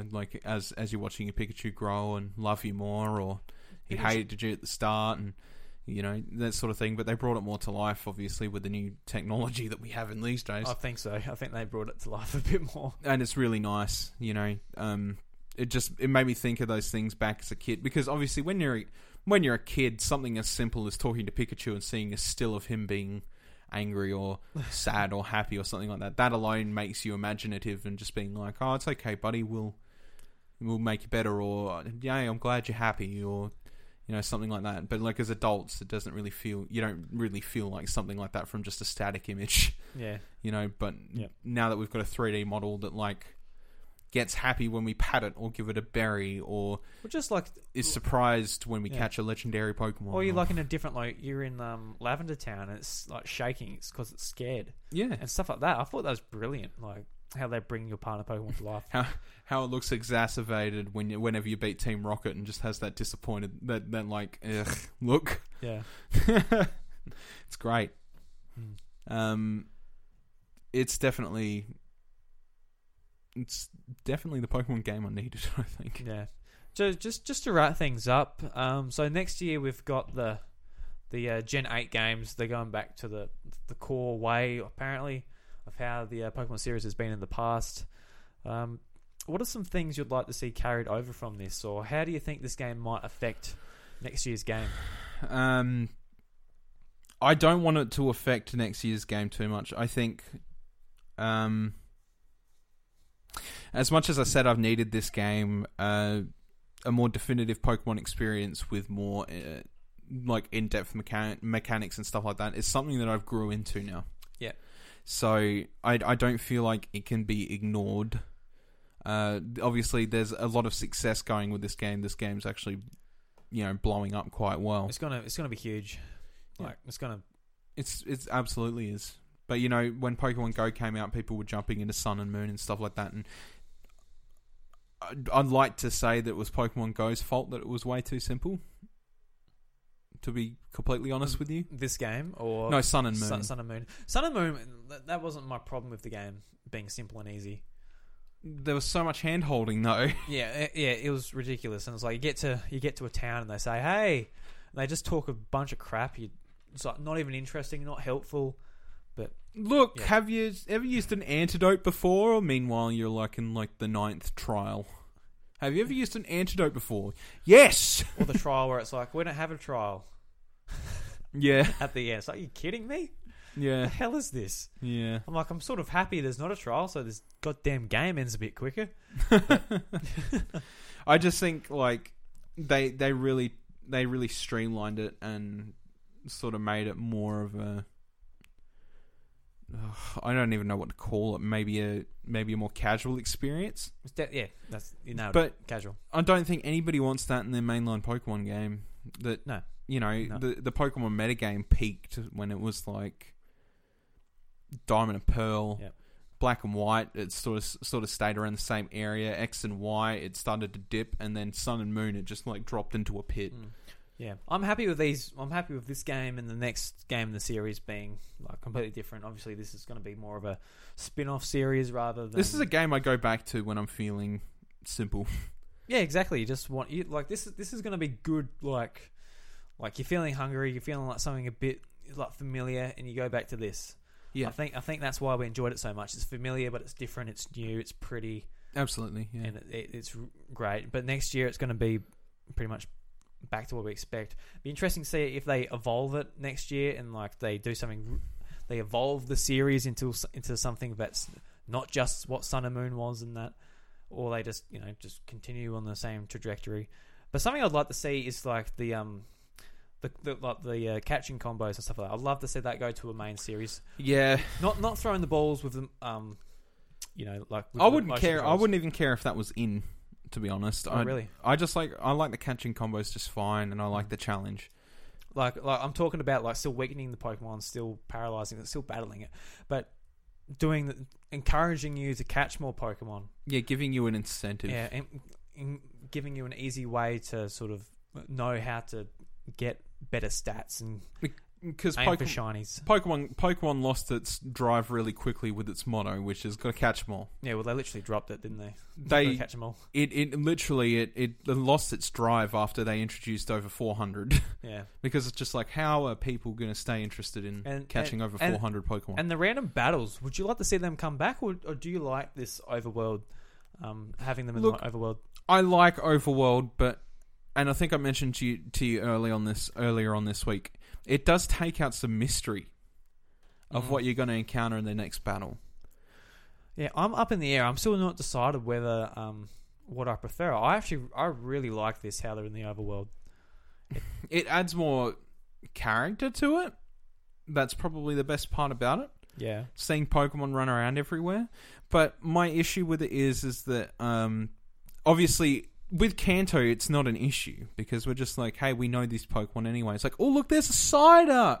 Uh, like as as you're watching your Pikachu grow and love you more, or he Pikachu- hated you at the start, and you know that sort of thing. But they brought it more to life, obviously, with the new technology (laughs) that we have in these days, I think so. I think they brought it to life (laughs) a bit more. and it's really nice. You know, um, it just it made me think of those things back as a kid because obviously when you're when you're a kid, something as simple as talking to Pikachu and seeing a still of him being angry or sad or happy or something like that, that alone makes you imaginative and just being like, "Oh, it's okay, buddy. We'll we'll make you better," or "Yay, I'm glad you're happy," or you know something like that. But like as adults, it doesn't really feel you don't really feel like something like that from just a static image Yeah, you know but Yep. now that we've got a 3d model that like gets happy when we pat it or give it a berry or well, just like is surprised when we Yeah. catch a legendary pokemon or you're like in a different like you're in um, Lavender Town and it's like shaking. It's because it's scared yeah and stuff like that. I thought that was brilliant. Like how they bring your partner Pokemon to life. how how it looks exacerbated when you, whenever you beat team rocket and just has that disappointed that that like ugh, look (laughs) Yeah, it's great Mm. um it's definitely it's definitely the pokemon game i needed (laughs) i think yeah. So just just to wrap things up. Um, so next year we've got the the uh, Gen Eight games. They're going back to the the core way apparently of how the uh, Pokemon series has been in the past. Um, what are some things you'd like to see carried over from this, or how do you think this game might affect next year's game? Um, I don't want it to affect next year's game too much. I think, um, as much as I said I've needed this game, uh, a more definitive Pokemon experience with more uh, like in depth mechan- mechanics and stuff like that is something that I've grew into now. Yeah. So I I don't feel like it can be ignored. Uh, obviously, there's a lot of success going with this game. This game's actually, you know, blowing up quite well. It's gonna it's gonna be huge. Yeah. Like it's gonna It's it's absolutely is. But you know, when Pokemon Go came out, people were jumping into Sun and Moon and stuff like that, and I'd, I'd like to say that it was Pokemon Go's fault that it was way too simple. To be completely honest with you, this game or no Sun and Moon. Mm. Sun, Sun and Moon. Sun and Moon. That, that wasn't my problem with the game being simple and easy. There was so much hand holding though. (laughs) Yeah, it, yeah, it was ridiculous. And it's like you get to you get to a town and they say, "Hey," and they just talk a bunch of crap. You, it's like not even interesting, not helpful. Look, Yeah. have you ever used an antidote before? Or meanwhile, you're like in like the ninth trial. Have you ever used an antidote before? Yes. (laughs) Or the trial where it's like, "We don't have a trial." Yeah. At the end, it's like, "You kidding me? The Yeah. hell is this?" Yeah. I'm like, "I'm sort of happy there's not a trial, so this goddamn game ends a bit quicker." I just think like they they really they really streamlined it and sort of made it more of a Ugh, I don't even know what to call it. Maybe a maybe a more casual experience. It's de- yeah, that's you know, But casual. I don't think anybody wants that in their mainline Pokemon game. That No. you know No. the the Pokemon metagame peaked when it was like Diamond and Pearl, Yep. Black and White. It sort of sort of stayed around the same area. X and Y. It started to dip, and then Sun and Moon. It just like dropped into a pit. Mm. Yeah, I'm happy with these. I'm happy with this game and the next game in the series being like completely different. Obviously, this is going to be more of a spin-off series rather than This is a game I go back to when I'm feeling simple. (laughs) Yeah, exactly. You just want you like this. This is going to be good. Like, like you're feeling hungry. You're feeling like something a bit like familiar, and you go back to this. Yeah. I think I think that's why we enjoyed it so much. It's familiar, but it's different. It's new. It's pretty, Absolutely. Yeah. and it, it, it's r- great. But next year, it's going to be pretty much back to what we expect. Be interesting to see if they evolve it next year, and like they do something, r- they evolve the series into s- into something that's not just what Sun and Moon was, and that, or they just you know just continue on the same trajectory. But something I'd like to see is like the um. The, the, like the uh, catching combos and stuff like that. I'd love to see that go to a main series yeah. not not throwing the balls with them. Um, you know, like with I the wouldn't motion care. I controls. wouldn't even care if that was in. To be honest, Oh, I really? Mm. I just like I like the catching combos just fine, and I like the challenge. Like like I'm talking about like still weakening the Pokemon, still paralyzing it, still battling it, but doing the, encouraging you to catch more Pokemon. Yeah, giving you an incentive. Yeah, and, and giving you an easy way to sort of know how to get better stats and because aim for Pokemon, shinies. Pokemon Pokemon lost its drive really quickly with its motto, which is "Gotta catch 'em all." Yeah, well they literally dropped it, didn't they? They Gotta catch them all. it, it literally it, it lost its drive after they introduced over 400 Yeah, (laughs) because it's just like how are people going to stay interested in And- catching and- over and- 400 Pokemon? And the random battles, would you like to see them come back, or, or do you like this overworld, um, having them in Look, the overworld? I like Overworld, but and I think I mentioned to you, to you early on this earlier on this week, it does take out some mystery of Mm. what you're going to encounter in the next battle. Yeah, I'm up in the air. I'm still not decided whether um what I prefer. I actually I really like this how they're in the overworld. It adds more character to it. That's probably the best part about it. Yeah. seeing Pokemon run around everywhere. But my issue with it is, is that um, obviously with Kanto, it's not an issue because we're just like, hey, we know these Pokemon anyway. It's like, oh look, there's a Psyduck.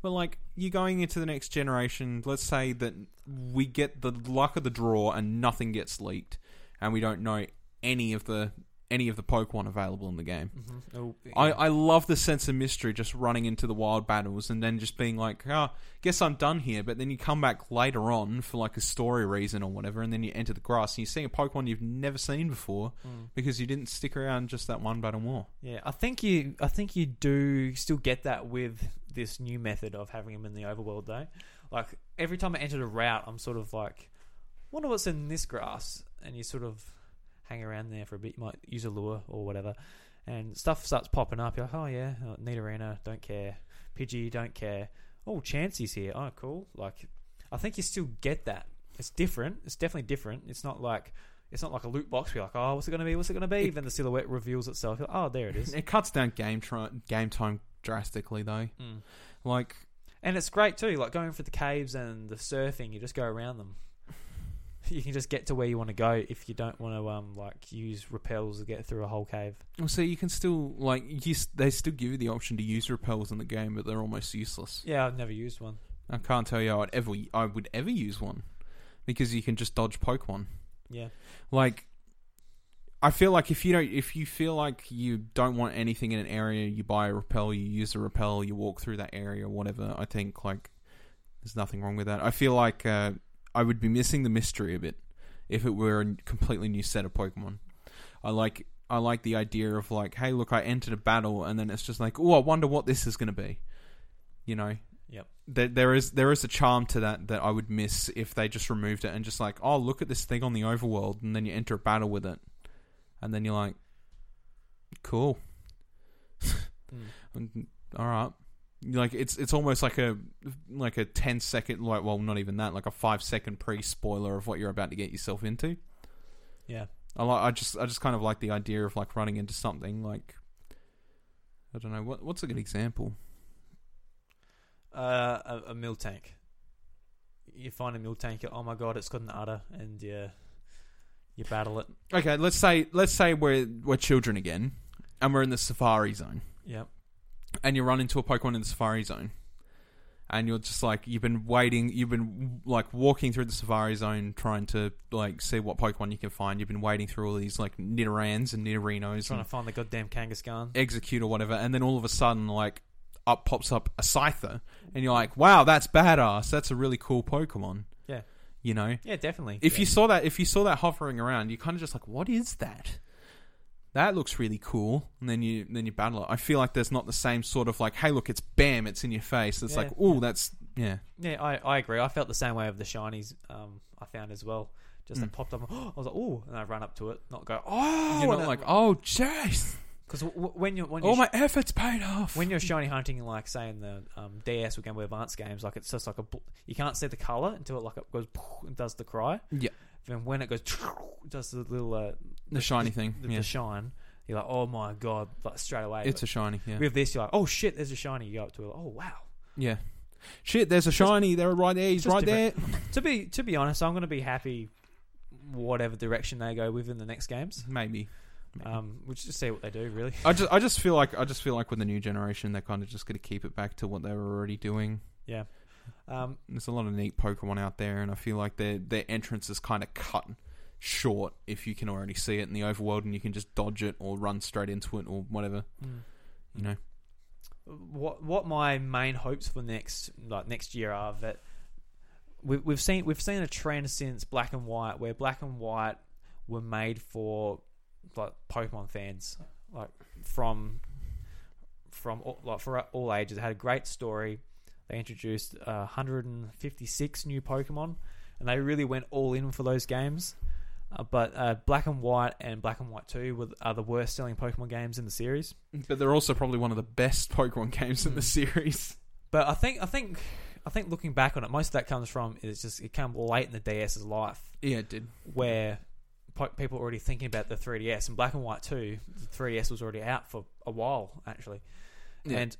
But like, you're going into the next generation. Let's say that we get the luck of the draw and nothing gets leaked, and we don't know any of the any of the Pokemon available in the game. Mm-hmm. Oh, I, I love the sense of mystery just running into the wild battles and then just being like, ah, guess I'm done here. But then you come back later on for like a story reason or whatever, and then you enter the grass and you see a Pokemon you've never seen before Mm. because you didn't stick around just that one battle more. yeah. I think you I think you do still get that with this new method of having them in the overworld though. Like every time I entered a route, I'm sort of like, wonder what's in this grass, and you sort of hang around there for a bit. You might use a lure or whatever, and stuff starts popping up. You're like, oh yeah, oh, Nidorina, don't care. Pidgey, don't care. Oh, Chansey's here. Oh, cool. Like, I think you still get that. It's different. It's definitely different. It's not like it's not like a loot box. You're like, oh, what's it gonna be? What's it gonna be? It- then the silhouette reveals itself. You're like, oh, there it (laughs) is. It cuts down game, tri- game time drastically, though. Mm. Like, And it's great too. Like going for the caves and the surfing, you just go around them. (laughs) You can just get to where you want to go if you don't want to um like use repels to get through a whole cave. well, so you can still, like, you, s- they still give you the option to use repels in the game, but they're almost useless. Yeah, I've never used one. I can't tell you I'd ever, I would ever use one because you can just dodge Pokemon. Yeah. like I feel like if you don't if you feel like you don't want anything in an area, you buy a repel, you use a repel, you walk through that area or whatever, I think like there's nothing wrong with that. I feel like uh, I would be missing the mystery a bit if it were a completely new set of Pokemon. I like I like the idea of like, hey look, I entered a battle and then it's just like, oh I wonder what this is gonna be. You know? Yep. There, there is there is a charm to that that I would miss if they just removed it and just like, oh, look at this thing on the overworld, and then you enter a battle with it, and then you're like, cool, Mm. (laughs) And- all right. Like it's it's almost like a like a 10 second like well not even that like a five second pre spoiler of what you're about to get yourself into. Yeah. I like I just I just kind of like the idea of like running into something like I don't know what what's a good example. Uh, a, a mill tank. You find a mill tank. you're, Oh my god, it's got an udder, and yeah, you battle it. Okay, let's say let's say we're we're children again, and we're in the safari zone, Yep. and you run into a Pokemon in the safari zone, and you're just like you've been waiting, you've been like walking through the safari zone trying to like see what Pokemon you can find. You've been wading through all these like Nidorans and Nidorinos Trying and to find the goddamn Kangaskhan. execute or whatever, and then all of a sudden like up pops up a Scyther, and you're like, wow, that's badass. That's a really cool Pokemon. Yeah. You know, Yeah, definitely. if Yeah. you saw that, if you saw that hovering around, you're kind of just like, what is that? That looks really cool. And then you then you battle it. I feel like there's not the same sort of like, hey, look, it's bam, it's in your face. It's Yeah. like, ooh, that's yeah, Yeah, I, I agree. I felt the same way of the shinies um, I found as well. Just that Mm. popped up. (gasps) I was like, oh, and I run up to it, not go, oh, you're not like, oh, jeez, because w- w- when you're (laughs) when you're, all my efforts paid off. when you're shiny hunting, like say in the um, DS or Game Boy Advance games, like it's just like a bl- you can't see the color until it like it goes (laughs) and does the cry. Yeah. Then when it goes, (laughs) does the little uh, the shiny thing, the, yeah, the shine. You're like, oh my god, like straight away. But it's a shiny, yeah, with this, you're like, oh shit, there's a shiny. You go up to it, like, oh wow. yeah. Shit, there's a shiny. They're right there. He's just right there. (laughs) To be to be honest, I'm gonna be happy whatever direction they go with in the next games. Maybe. Maybe. Um, we'll just see what they do, really. I just I just feel like I just feel like with the new generation, they're kind of just going to keep it back to what they were already doing. Um, there's a lot of neat Pokemon out there, and I feel like their their entrance is kind of cut short if you can already see it in the overworld, and you can just dodge it or run straight into it or whatever. mm. You know, what what my main hopes for next like next year are that we, we've seen we've seen a trend since Black and White where Black and White were made for like Pokemon fans like from from all, like for all ages. They had a great story. They introduced uh, 156 new Pokemon, and they really went all in for those games. Uh, but uh, Black and White and Black and White Two were, are the worst selling Pokemon games in the series. but they're also probably one of the best (laughs) Pokemon games in the Mm. series. But I think I think I think looking back on it, most of that comes from is just it came late in the DS's life Yeah, it did. where po- people were already thinking about the 3DS and Black and White too. The 3DS was already out for a while actually, Yeah. and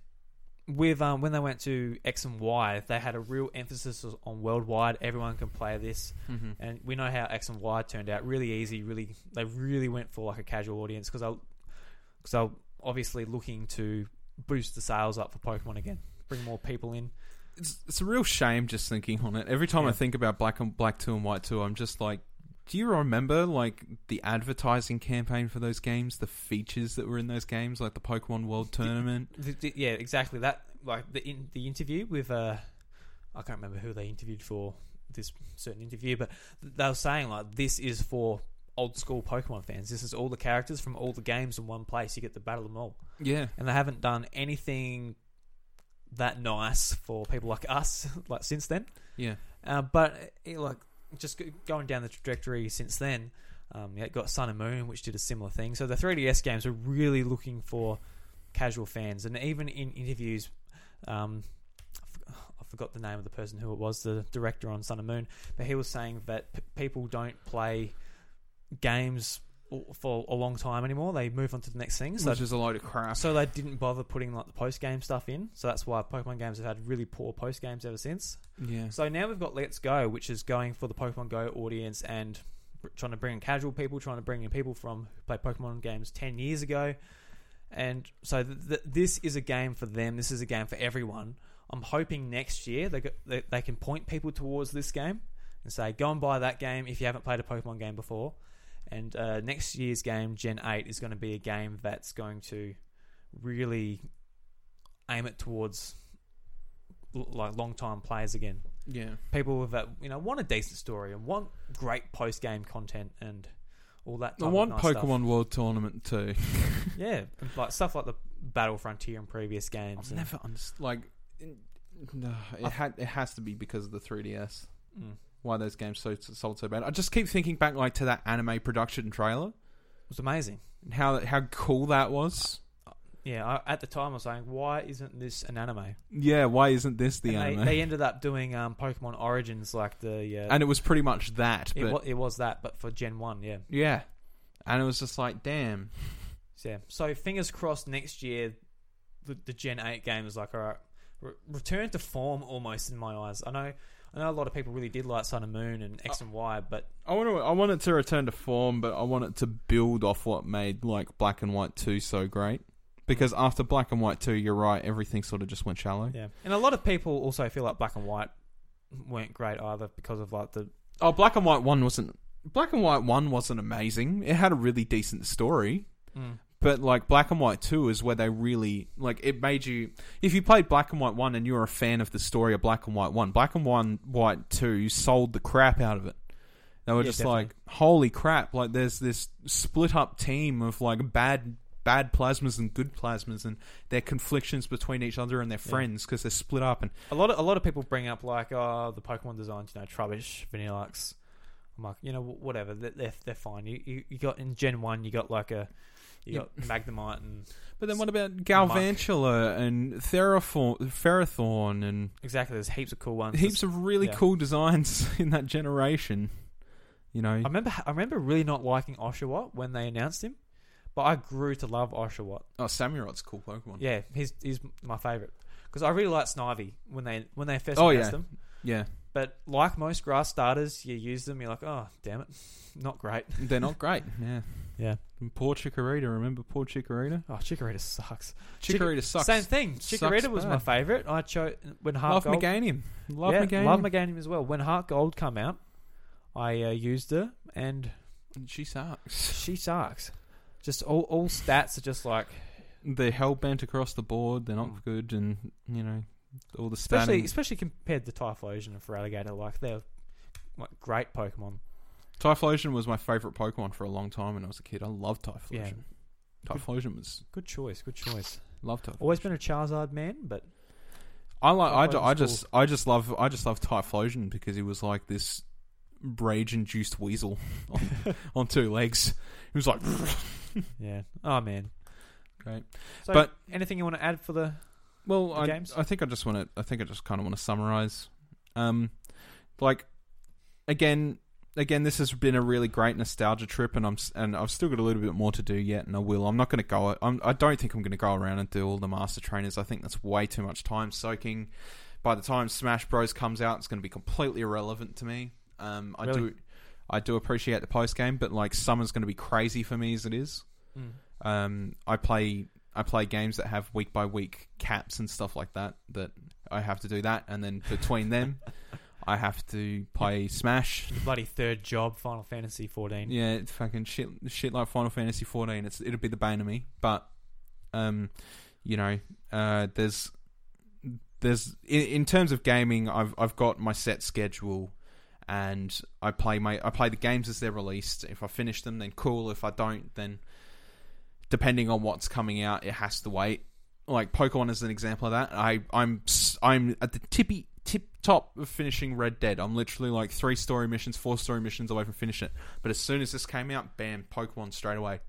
with um, when they went to X and Y, they had a real emphasis on worldwide. Everyone can play this, Mm-hmm. and we know how X and Y turned out. Really easy. Really, they really went for like a casual audience because I because I obviously looking to boost the sales up for Pokemon again, bring more people in. It's it's a real shame just thinking on it. Every time Yeah. I think about Black and Black Two and White Two, I'm just like. Do you remember like the advertising campaign for those games, the features that were in those games, like the Pokemon World Tournament? The, the- yeah, exactly. That like the in, the interview with uh, I can't remember who they interviewed for this certain interview, but they were saying like this is for old school Pokemon fans. This is all the characters from all the games in one place. You get to battle them all, Yeah, and they haven't done anything that nice for people like us (laughs) like since then. yeah. Uh, but it, like just go- going down the trajectory since then, um, yeah, it got Sun and Moon, which did a similar thing. So the 3DS games were really looking for casual fans, and even in interviews, um, I forg- I forgot the name of the person who it was, the director on Sun and Moon, but he was saying that p- people don't play games o- for a long time anymore. They move on to the next thing. So Which is a load of crap. so they didn't bother putting like the post game stuff in, so that's why Pokemon games have had really poor post games ever since. Yeah. So now we've got Let's Go, which is going for the Pokemon Go audience and br- trying to bring in casual people, trying to bring in people from who played Pokemon games 10 years ago. And so th- th- this is a game for them. This is a game for everyone. I'm hoping next year they, go- they they can point people towards this game and say, go and buy that game if you haven't played a Pokemon game before. And uh, next year's game, Gen 8, is going to be a game that's going to really aim it towards l- like long time players again Yeah. people with that you know want a decent story and want great post game content and all that. The type of one nice Pokemon World Tournament too. stuff. (laughs) yeah, and like stuff like the Battle Frontier and previous games. I've and- never understood. Like, in- no, it had it has to be because of the 3DS. Mm. Why those games so sold so bad? I just keep thinking back like to that anime production trailer It was amazing. and how how cool that was. Yeah, I, at the time I was saying, why isn't this an anime? Yeah. Why isn't this the and anime? They, they ended up doing um, Pokemon Origins, like the uh, (laughs) and it was pretty much that. it, But wa- it was that, but for Gen One, yeah, yeah. And it was just like, damn. so, yeah. So fingers crossed next year, the, the Gen Eight game is like all right, re- return to form almost in my eyes. I know, I know a lot of people really did like Sun and Moon and X and Y, but I want to. I want it to return to form, but I want it to build off what made like Black and White Two so great. Because after Black and White Two, you're right, everything sort of just went shallow. Yeah, and a lot of people also feel like black and white weren't great either because of like the Oh, Black Hmm. and White One wasn't. Black and White One wasn't amazing. It had a really decent story, But like Black and White Two is where they really like it made you. If you played Black and White One and you were a fan of the story of Black and White One, Black and One White Two sold the crap out of it. They were Yeah, just definitely. like, holy crap! Like there's this split up team of like bad bad plasmas and good plasmas and their conflictions between each other and their friends because they're split up and A lot of a lot of people bring up like, oh, the Pokemon designs, you know, rubbish, Vanillux. I'm like, you know, wh- whatever. They're they're, they're fine. You, you you got in Gen one, you got like a you Yeah. got Magnemite and But then what about Galvantula and Therathorn, Ferrothorn and exactly. There's heaps of cool ones. heaps of really yeah. cool designs (laughs) in that generation? You know, I remember I remember really not liking Oshawott when they announced him, but I grew to love Oshawott. oh, Samurot's a cool Pokemon. Yeah, he's he's my favorite because I really liked Snivy when they when they first Oh, announced yeah. them. Yeah. But like most grass starters, you use them, you're like, oh damn it, not great. they're not great. (laughs) Yeah, Yeah. And poor Chikorita. Remember poor Chikorita? Oh, Chikorita sucks. Chick- Chikorita sucks. Same thing. Sucks Chikorita was my bad. favorite. I chose when Heart Love Gold. Meganium. Love yeah, Meganium. love Meganium as well. When Heart Gold come out, I uh, used her and she (laughs) sucks. she sucks. Just all all stats are just like They're hell bent across the board. They're not Mm. good, and you know all the especially starting especially compared to Typhlosion and Feraligatr. Like they're like great Pokemon. Typhlosion was my favorite Pokemon for a long time when I was a kid. I loved Typhlosion. Yeah. Typhlosion was Good choice. Good choice. loved Typhlosion. Always been a Charizard man, but I like. I, ju- Typhlosion's I just. I just love. I just love Typhlosion because he was like this rage-induced weasel (laughs) on, on two legs. He was like, yeah. Oh man. Great. So But- anything you want to add for the well, I. games? I think I just want to. I think I just kind of want to summarize. Um, like, again, again, this has been a really great nostalgia trip, and I'm s- and I've still got a little bit more to do yet, and I will. I'm not going to go. I'm. I don't think I'm going to go around and do all the master trainers. I think that's way too much time soaking. By the time Smash Bros comes out, it's going to be completely irrelevant to me. Um, I Really? do. I do appreciate the post game, but like summer's going to be crazy for me as it is. Mm. Um, I play I play games that have week by week caps and stuff like that. That I have to do that, and then between them, I have to play Smash. the bloody third job, Final Fantasy 14? Yeah, it's fucking shit, shit like Final Fantasy fourteen. It's it'll be the bane of me, but um, you know, uh, there's there's in, in terms of gaming, I've I've got my set schedule. And I play my I play the games as they're released. If I finish them, then cool. If I don't, then depending on what's coming out, it has to wait. Like Pokemon is an example of that. I I'm s- I'm at the tippy tip top of finishing Red Dead. I'm literally like three story missions, four story missions away from finishing it. But as soon as this came out, bam, Pokemon straight away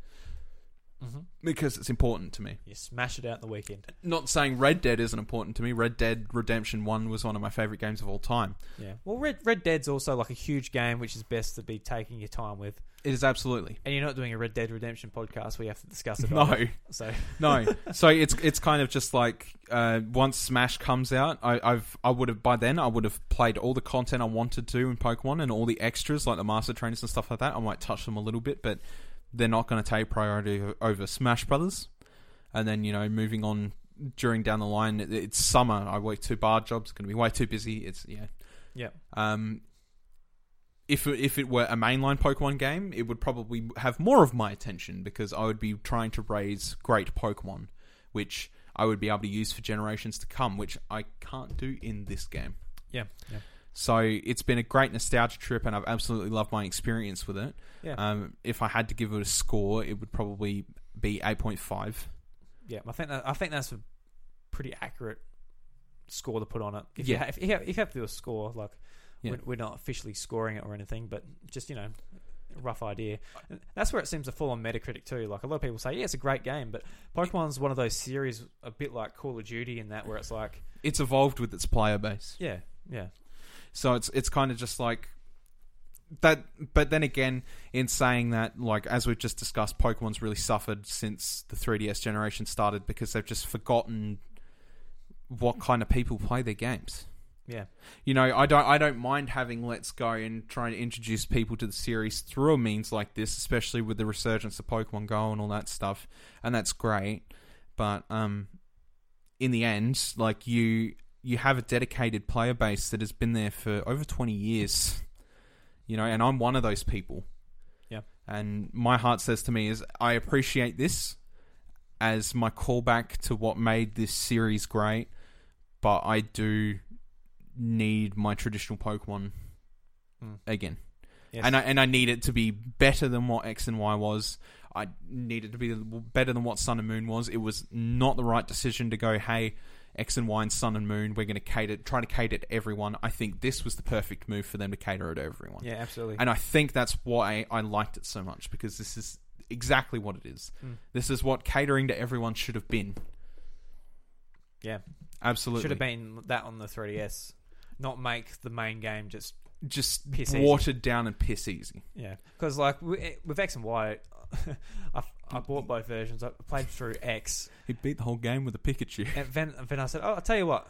Mm-hmm. because it's important to me. You smash it out in the weekend. Not saying Red Dead isn't important to me. Red Dead Redemption One was one of my favorite games of all time. Yeah. Well, Red Red Dead's also like a huge game, which is best to be taking your time with. It is absolutely And you're not doing a Red Dead Redemption podcast where you have to discuss it. (laughs) no. either. So no. So it's it's kind of just like uh, once Smash comes out, I, I've I would have by then I would have played all the content I wanted to in Pokemon and all the extras like the Master Trainers and stuff like that. I might touch them a little bit, but they're not going to take priority o- over Smash Brothers. And then you know, moving on during down the line, it- it's summer. I work two bar jobs. Going to be way too busy. It's yeah, Yeah. Um, if it- if it were a mainline Pokemon game, it would probably have more of my attention because I would be trying to raise great Pokemon, which I would be able to use for generations to come, which I can't do in this game. yeah, yeah. So it's been a great nostalgia trip, and I've absolutely loved my experience with it. Yeah. Um, if I had to give it a score, it would probably be eight point five. Yeah, I think that, I think that's a pretty accurate score to put on it. If Yeah. you ha- if, you have, if you have to do a score, like Yeah. we're, we're not officially scoring it or anything, but just you know, a rough idea. And that's where it seems to fall on Metacritic too. Like a lot of people say, yeah, it's a great game, but Pokemon's one of those series, a bit like Call of Duty, in that where it's like, It's evolved with its player base. yeah, yeah, So it's it's kind of just like that. But then again, in saying that, like as we've just discussed, Pokemon's really suffered since the 3DS generation started because they've just forgotten what kind of people play their games. yeah, You know, I don't I don't mind having Let's Go and trying to introduce people to the series through a means like this, especially with the resurgence of Pokemon Go and all that stuff, and that's great. But um, in the end, like you you have a dedicated player base that has been there for over twenty years, you know, and I'm one of those people. Yeah. And my heart says to me is I appreciate this. as my callback to what made this series great, but I do need my traditional Pokemon Mm. again. Yes. And I and I need it to be better than what X and Y was. I need it to be better than what Sun and Moon was. It was not the right decision to go, hey, X and Y and Sun and Moon, we're going to cater, try to cater to everyone. I think this was the perfect move for them to cater it to everyone. yeah, absolutely. And I think that's why I liked it so much because this is exactly what it is. Mm. This is what catering to everyone should have been. Yeah. Absolutely. Should have been that on the 3DS. Not make the main game just just Piss easy. watered down and piss easy. yeah. Because like wi- with X and Y, (laughs) I, I bought both versions. I played through X, He beat the whole game with a Pikachu. and then then I said, "Oh, I'll tell you what,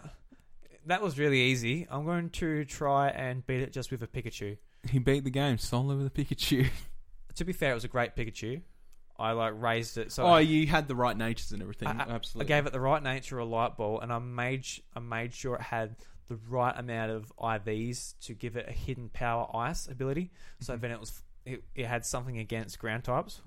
that was really easy. I'm going to try and beat it just with a Pikachu." He beat the game solo with a (laughs) Pikachu. To be fair, it was a great Pikachu. I like raised it so oh, you had the right natures and everything. I- I Absolutely. gave it the right nature of a light ball, and I made s- I made sure it had the right amount of IVs to give it a hidden power ice ability. So Mhm. then it was it, it had something against ground types.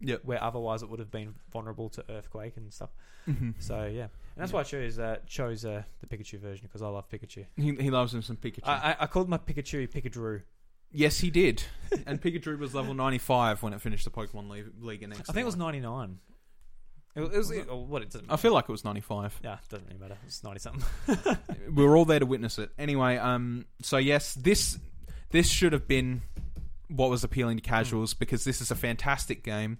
Yep. Where otherwise it would have been vulnerable to earthquake and stuff. Mhm. So yeah, and that's why I chose uh, chose uh, the Pikachu version because I love Pikachu. He, he loves him some Pikachu. I, I, I called my Pikachu Pikadrew. yes, he did. (laughs) and Pikachu was level 95 when it finished the Pokemon League, League in X. I think it was ninety nine. It was, it was it- or what it doesn't. I feel like it was 95. yeah, it doesn't really matter. It's ninety something. we were all there to witness it. Anyway, um, so yes, this this should have been what was appealing to casuals because this is a fantastic game.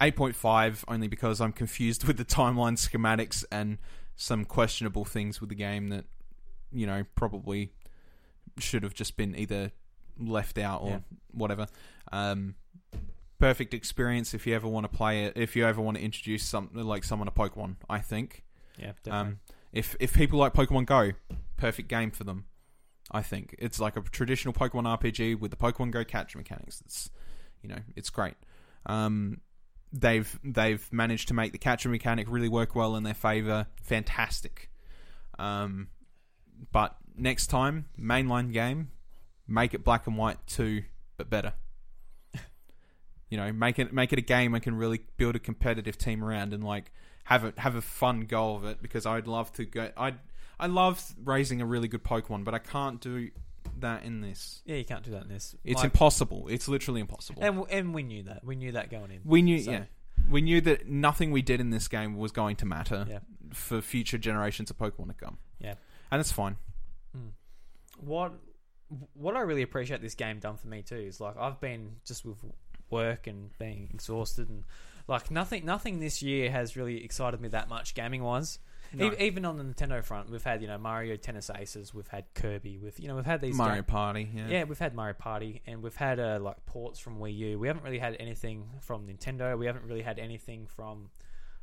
8.5 only because I'm confused (laughs) with the timeline schematics and some questionable things with the game that you know probably should have just been either left out or Yeah. whatever. Um, perfect experience if you ever want to play it. If you ever want to introduce something like someone to Pokemon, I think. (laughs) Yeah, definitely. Um, if if people like Pokemon Go, perfect game for them. I think it's like a traditional Pokemon RPG with the Pokemon Go catch mechanics. It's you know it's great. Um, they've they've managed to make the catcher mechanic really work well in their favor. Fantastic. Um, but next time, mainline game, make it black and white too, but better. You know, make it make it a game I can really build a competitive team around and like have a have a fun go of it because I'd love to go. I I love raising a really good Pokemon, but I can't do that in this. yeah, you can't do that in this. It's Like- impossible. It's literally impossible. And w- and we knew that. We knew that going in. we knew, so- yeah, we knew that nothing we did in this game was going to matter Yeah. for future generations of Pokemon to come. Yeah. and it's fine. What what I really appreciate this game done for me too is like I've been just with work and being exhausted and like nothing nothing this year has really excited me that much gaming wise. No. Even on the Nintendo front, we've had you know Mario Tennis Aces, we've had Kirby, we've you know we've had these Mario ga- Party, yeah. Yeah, we've had Mario Party, and we've had uh, like ports from Wii U. We haven't really had anything from Nintendo. We haven't really had anything from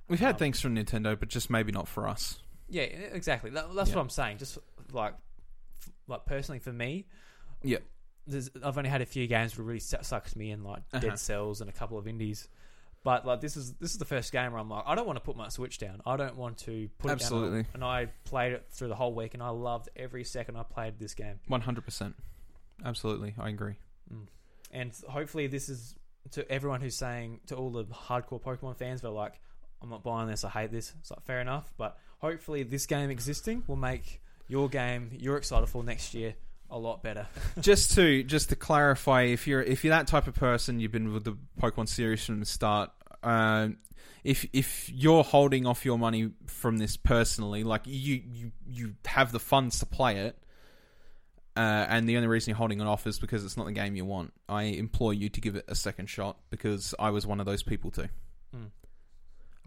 We've had Um, things from Nintendo, but just maybe not for us. Yeah, e, exactly. That, that's Yeah. what I'm saying. Just like, f- like personally for me, Yeah. there's, I've only had a few games where it really su- sucks me in, like Uh-huh. Dead Cells and a couple of indies. But like this is this is the first game where I'm like, I don't want to put my Switch down. I don't want to put it Absolutely. down. And I played it through the whole week, and I loved every second I played this game. One hundred percent, absolutely, I agree. And hopefully, this is to everyone who's saying to all the hardcore Pokemon fans, they're like, I'm not buying this. I hate this. It's like fair enough, but hopefully, this game existing will make your game you're excited for next year a lot better. just to just to clarify, if you're if you're that type of person, you've been with the Pokemon series from the start. Um, if if you're holding off your money from this personally, like you you you have the funds to play it, uh, and the only reason you're holding it off is because it's not the game you want. I implore you to give it a second shot because I was one of those people too. Mm.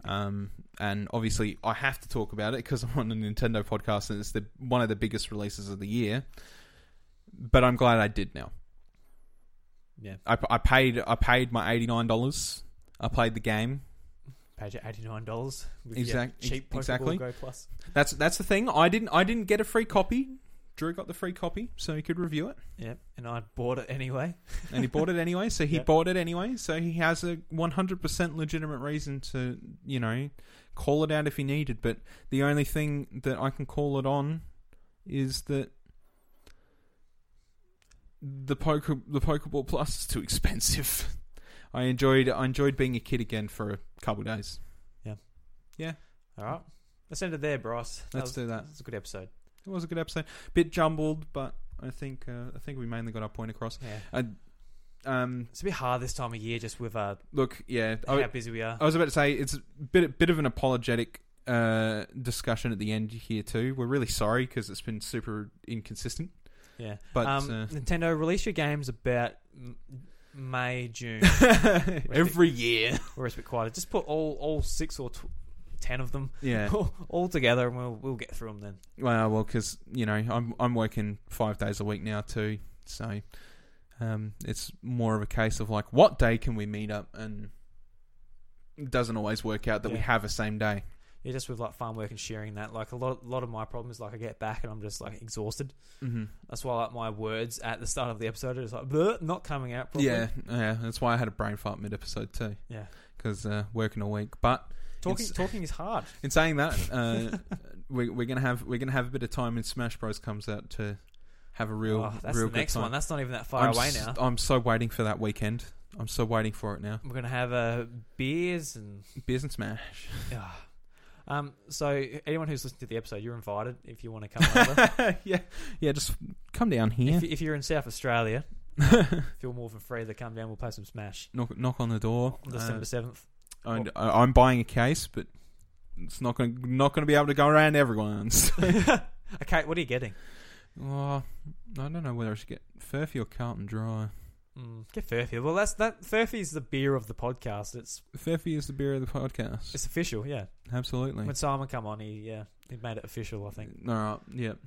Um, and obviously I have to talk about it because I'm on a Nintendo podcast and it's the one of the biggest releases of the year. But I'm glad I did now. Yeah, I, I paid I paid my eighty nine dollars. I played the game. paid you eighty nine dollars. Exact- e- cheap Pokeball exactly. Go Plus. That's that's the thing. I didn't I didn't get a free copy. Drew got the free copy, so he could review it, Yeah, and I bought it anyway. and he bought it anyway. So (laughs) he Yeah. bought it anyway. So he has a one hundred percent legitimate reason to you know call it out if he needed. But the only thing that I can call it on is that the poker the Pokeball Plus is too (laughs) expensive. I enjoyed I enjoyed being a kid again for a couple of days. Yeah. All right. Let's end it there, Bryce. That Let's was- do that. That's a good episode. It was a good episode. Bit jumbled, but I think uh, I think we mainly got our point across. Yeah. Um, It's a bit hard this time of year, just with uh, look, yeah, I, how busy we are. I was about to say it's a bit bit of an apologetic uh, discussion at the end here too. We're really sorry because it's been super inconsistent. yeah. But um, uh, Nintendo release your games about m- May (laughs) June. every year, We're a bit quieter. Just put all all six or tw- ten of them (laughs) yeah. all, all together, and we'll we'll get through them then. Well, well, because you know I'm I'm working five days a week now too, so um, it's more of a case of like what day can we meet up, and it doesn't always work out that we Yeah. have a same day. Yeah, just with like farm work and shearing that. Like a lot, lot of my problem is like I get back and I'm just like exhausted. Mm-hmm. That's why like my words at the start of the episode are just like bleh, not coming out. Properly. Yeah, yeah. That's why I had a brain fart mid episode too, yeah. because uh, working a week. But Talking, It's- talking is hard. in saying that, uh, (laughs) we, we're gonna have we're gonna have a bit of time when Smash Bros comes out to have a real Oh, that's real the next good time. one. That's not even that far I'm away s- now. I'm so waiting for that weekend. I'm so waiting for it now. We're gonna have uh, beers and Beers and Smash. yeah. Um, so anyone who's listened to the episode, you're invited if you want to come (laughs) over. yeah, yeah. Just come down here. if, if you're in South Australia, (laughs) feel more than free to come down. We'll play some Smash knock knock on the door. on December (laughs) oh. seventh. (laughs) Uh, and I, I'm buying a case, but it's not going not going to be able to go around everyone's. (laughs) okay, what are you getting? oh, I don't know whether I should get Furphy or Carlton Dry. Mm, get Furphy. Well, that's that. Furphy's the beer of the podcast. It's Furphy is the beer of the podcast. it's official. Yeah. Absolutely. When Simon come on, he yeah he made it official. I think. All right. Yep.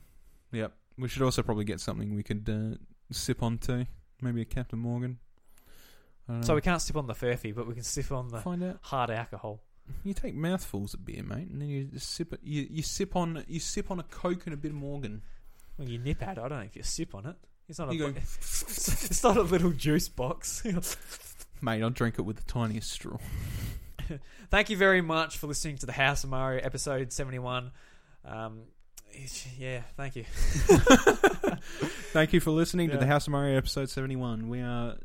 Yep. We should also probably get something we could uh, sip on too. Maybe a Captain Morgan. I don't So know. we can't sip on the Furphy, but we can sip on the find out. hard alcohol. You take mouthfuls of beer, mate, and then you just sip it. You, you sip on you sip on a Coke and a bit of Morgan. Well, you nip at it. I don't know if you sip on it. It's not a. You go, (laughs) bo- (laughs) it's not a little juice box. (laughs) (laughs) mate. I'll drink it with the tiniest straw. (laughs) Thank you very much for listening to the House of Mario episode seventy one. Um, it's- yeah, thank you. Thank you for listening to Yeah. the House of Mario episode seventy-one. We are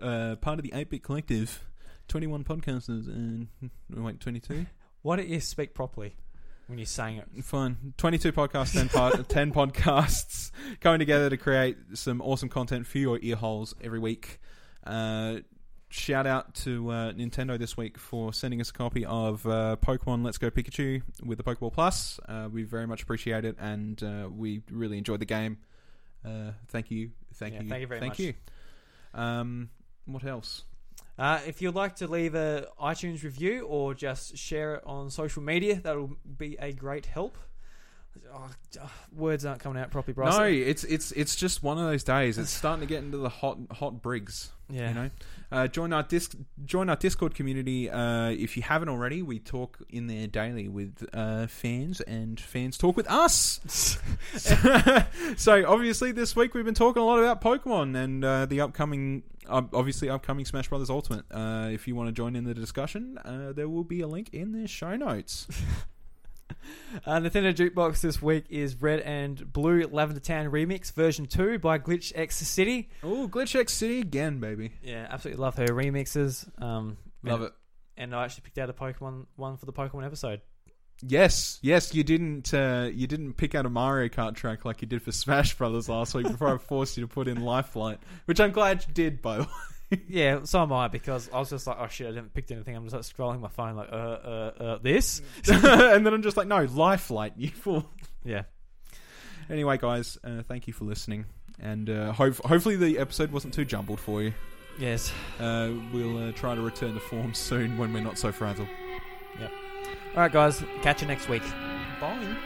uh, part of the Eight Bit Collective, twenty-one podcasters, and hmm, wait, twenty-two. Why don't you speak properly when you're saying it? Fine. 22 podcasts, 10, pod, (laughs) 10 podcasts coming together to create some awesome content for your ear holes every week. Uh, shout out to uh, Nintendo this week for sending us a copy of uh, Pokemon Let's Go Pikachu with the Pokeball Plus. Uh, we very much appreciate it and uh, we really enjoyed the game. Uh, thank you. Thank Yeah, you. thank you very much. you. Um, what else? Uh, if you'd like to leave a iTunes review or just share it on social media, that'll be a great help. Oh, uh, words aren't coming out properly, Bryce. No, it's it's it's just one of those days. (laughs) It's starting to get into the hot hot brigs. yeah, you know uh, join our disc join our discord community uh, if you haven't already we talk in there daily with uh, fans and fans talk with us (laughs) so obviously this week we've been talking a lot about pokemon and uh, the upcoming ob- obviously upcoming smash brothers ultimate uh, if you want to join in the discussion uh, there will be a link in the show (laughs) notes (laughs) Uh, Nintendo Jukebox this week is Red and Blue Lavender Town Remix Version 2 by Glitch X City. oh glitch x city again baby Yeah, absolutely love her remixes. Um, love and, it And I actually picked out a Pokemon one for the Pokemon episode. Yes, yes, you didn't. Uh, you didn't pick out a Mario Kart track like you did for Smash Brothers last week before I forced you to put in Lifelight, which I'm glad you did. By the way, Yeah, so am I because I was just like, oh shit, I didn't pick anything. I'm just like scrolling my phone like, uh, uh, uh, this. and then I'm just like, no, Lifelight, you fool. Yeah. Anyway, guys, uh, thank you for listening, and uh, hope hopefully the episode wasn't too jumbled for you. Yes. Uh, we'll uh, try to return to form soon when we're not so frazzled. All right, guys. Catch you next week. Bye.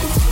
Thank you.